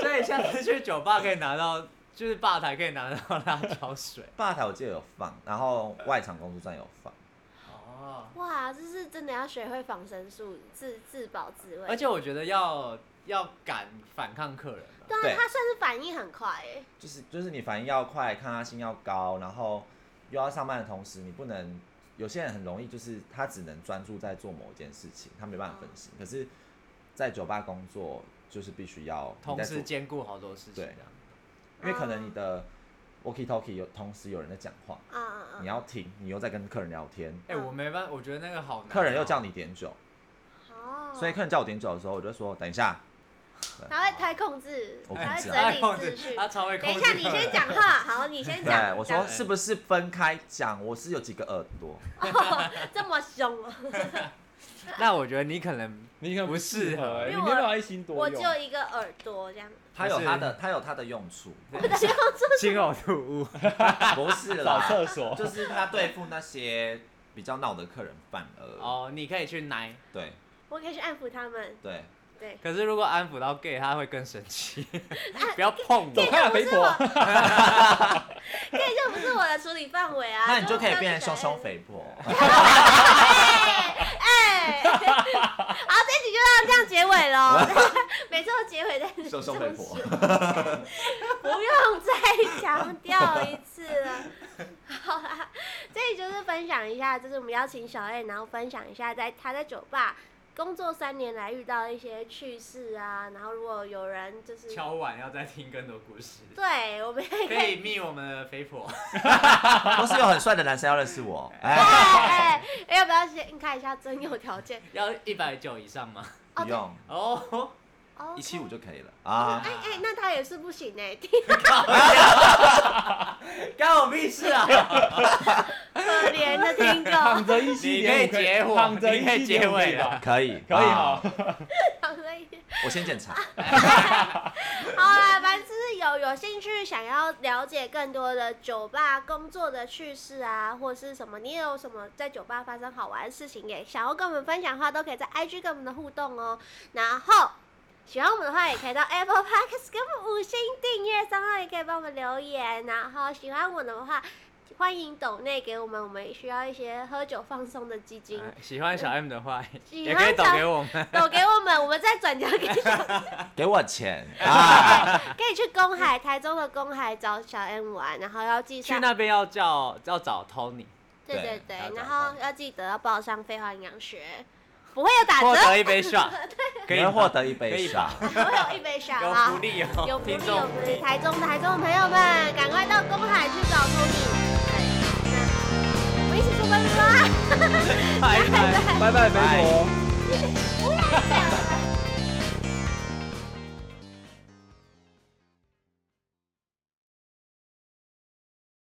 Speaker 3: 所以下次去酒吧可以拿到，就是吧台 可以拿到辣椒水。
Speaker 2: 吧台我记得有放，然后外场工作站有放，
Speaker 3: 哦，
Speaker 4: 哇，这是真的要学会防身术，自自保自卫。
Speaker 3: 而且我觉得要要敢反抗客人吧，
Speaker 4: 对
Speaker 2: 对
Speaker 4: 啊，他算是反应很快欸诶。
Speaker 2: 就是就是你反应要快，抗压性要高，然后又要上班的同时，你不能有些人很容易就是他只能专注在做某一件事情，他没办法分心。可是，在酒吧工作就是必须要你
Speaker 3: 同
Speaker 2: 在做
Speaker 3: 时兼顾好多事情这
Speaker 2: 对
Speaker 3: 样。
Speaker 2: 因为可
Speaker 4: 嗯
Speaker 2: 能你的 walkie talkie 有同时有人在讲话，
Speaker 4: 啊啊
Speaker 2: 你要停，你又在跟客人聊天，
Speaker 4: 嗯
Speaker 3: 哎、我没办法，我觉得那个好难哦。
Speaker 2: 客人又叫你点酒，
Speaker 4: 啊！哦，
Speaker 2: 所以客人叫我点酒的时候，我就说等一下，
Speaker 4: 他会太控制，
Speaker 2: 我
Speaker 4: 他
Speaker 2: 控
Speaker 4: 会
Speaker 2: 制
Speaker 4: 整
Speaker 2: 啊
Speaker 3: 他控
Speaker 4: 理
Speaker 3: 制
Speaker 4: 秩序。
Speaker 3: 他超会控
Speaker 4: 等
Speaker 3: 制
Speaker 4: 一
Speaker 3: 客
Speaker 4: 下，
Speaker 3: 人。
Speaker 4: 你先讲话，好，你先
Speaker 2: 对
Speaker 4: 讲。
Speaker 2: 哎我
Speaker 4: 讲
Speaker 2: 说是不是分开讲？我是有几个耳朵，
Speaker 4: 这么凶啊，
Speaker 3: 那我觉得你可能
Speaker 1: 你可能
Speaker 3: 不适合
Speaker 1: 欸你
Speaker 4: 因为
Speaker 1: 没办
Speaker 4: 我
Speaker 1: 法一心多
Speaker 4: 我
Speaker 1: 用。
Speaker 4: 就一个耳朵这样。
Speaker 2: 它有它的它有它的用处，
Speaker 3: 心呕吐物，
Speaker 2: 不是
Speaker 1: 找
Speaker 2: 啦，
Speaker 1: 厕 所，
Speaker 2: 就是他对付那些比较闹的客人反而，
Speaker 3: 哦，你可以去奶。
Speaker 2: 对
Speaker 4: 我可以去安抚他们，
Speaker 2: 对，
Speaker 4: 对。
Speaker 3: 可是如果安抚到 gay，他会更生 气。哎不要碰
Speaker 1: 走
Speaker 3: 我，
Speaker 1: 开啊，
Speaker 4: 不
Speaker 1: 肥
Speaker 4: 是
Speaker 1: 婆
Speaker 4: 我，这就不是我的处理范围啊。
Speaker 2: 那你就可以变
Speaker 4: 不要
Speaker 2: 成
Speaker 4: 去
Speaker 2: 凶凶
Speaker 4: 改
Speaker 2: 肥 婆，
Speaker 4: 哎，好，这一集就到这样结尾喽。 每次都结尾在
Speaker 2: 凶凶肥婆，
Speaker 4: 不用再强调一次了。 好啦，这里就是分享一下，就是我们邀请小 A，然后分享一下在他在酒吧工作三年来遇到一些趣事啊，然后如果有人就是。
Speaker 3: 敲碗要再听更多故事，
Speaker 4: 对，我们也可
Speaker 3: 可
Speaker 4: 以。
Speaker 3: 以密我们的肥婆。
Speaker 2: 都是有很帅的男生要认识我，哎，
Speaker 4: 哎，哎要不要先看一下真有条件？
Speaker 3: 要一百九以上吗？
Speaker 2: 不用
Speaker 3: 哦，
Speaker 4: 哦
Speaker 2: 一，七五就可以了啊
Speaker 4: 哎。哎，那他也是不行哎、
Speaker 3: 干我屁事啊！
Speaker 4: 可怜的听众，
Speaker 1: 躺着一七
Speaker 3: 你可
Speaker 1: 点五可以
Speaker 3: 以结我
Speaker 1: 躺着
Speaker 3: 你可以
Speaker 1: 一七点五
Speaker 3: 结尾
Speaker 1: 以吧？
Speaker 2: 可以，
Speaker 1: 可以哈
Speaker 2: 啊，
Speaker 4: 躺着一
Speaker 2: 我先检查。
Speaker 4: 好啦，反正就是有有兴趣想要了解更多的酒吧工作的趣事啊，或是什么，你也有什么在酒吧发生好玩的事情，也想要跟我们分享的话，都可以在 IG 跟我们的互动哦。然后。喜欢我们的话，也可以到 Apple Podcast 给我们五星订阅，然后也可以帮我们留言。然后喜欢我的话，欢迎抖内给我们，我们需要一些喝酒放松的基金，
Speaker 3: 喜欢小 M 的话，
Speaker 4: 喜
Speaker 3: 哎也
Speaker 4: 欢
Speaker 3: 可以抖
Speaker 4: 小
Speaker 3: 给我们。
Speaker 4: 抖给我们，我们再转交给你。
Speaker 2: 给我钱啊！
Speaker 4: 可以去公海，台中的公海找小 M 玩，然后要记
Speaker 3: 去
Speaker 4: 上，
Speaker 3: 那边要叫要找 Tony，
Speaker 4: 对
Speaker 2: 对
Speaker 4: 对对
Speaker 2: 要，找
Speaker 4: 然
Speaker 2: 到
Speaker 4: 后要记得要报上废话营养学，不会有打
Speaker 3: 获
Speaker 4: 折，
Speaker 3: 得一杯 shot，可
Speaker 2: 可
Speaker 3: 以
Speaker 2: 以
Speaker 3: 吗
Speaker 2: 获得一
Speaker 3: 可
Speaker 2: 杯
Speaker 3: 以
Speaker 2: 沙
Speaker 3: 吧。
Speaker 4: 不会有一杯傻
Speaker 3: 有
Speaker 4: 啦
Speaker 3: 福，利哦，
Speaker 4: 有福利有
Speaker 3: 听
Speaker 4: 福
Speaker 3: 众。
Speaker 4: 利，台中的台中的朋友们，赶快到公海去找 Tony，对 那我们一起出门吧，
Speaker 3: 拜拜。
Speaker 1: 拜拜，肥
Speaker 3: 拜
Speaker 1: 婆。
Speaker 4: 拜拜。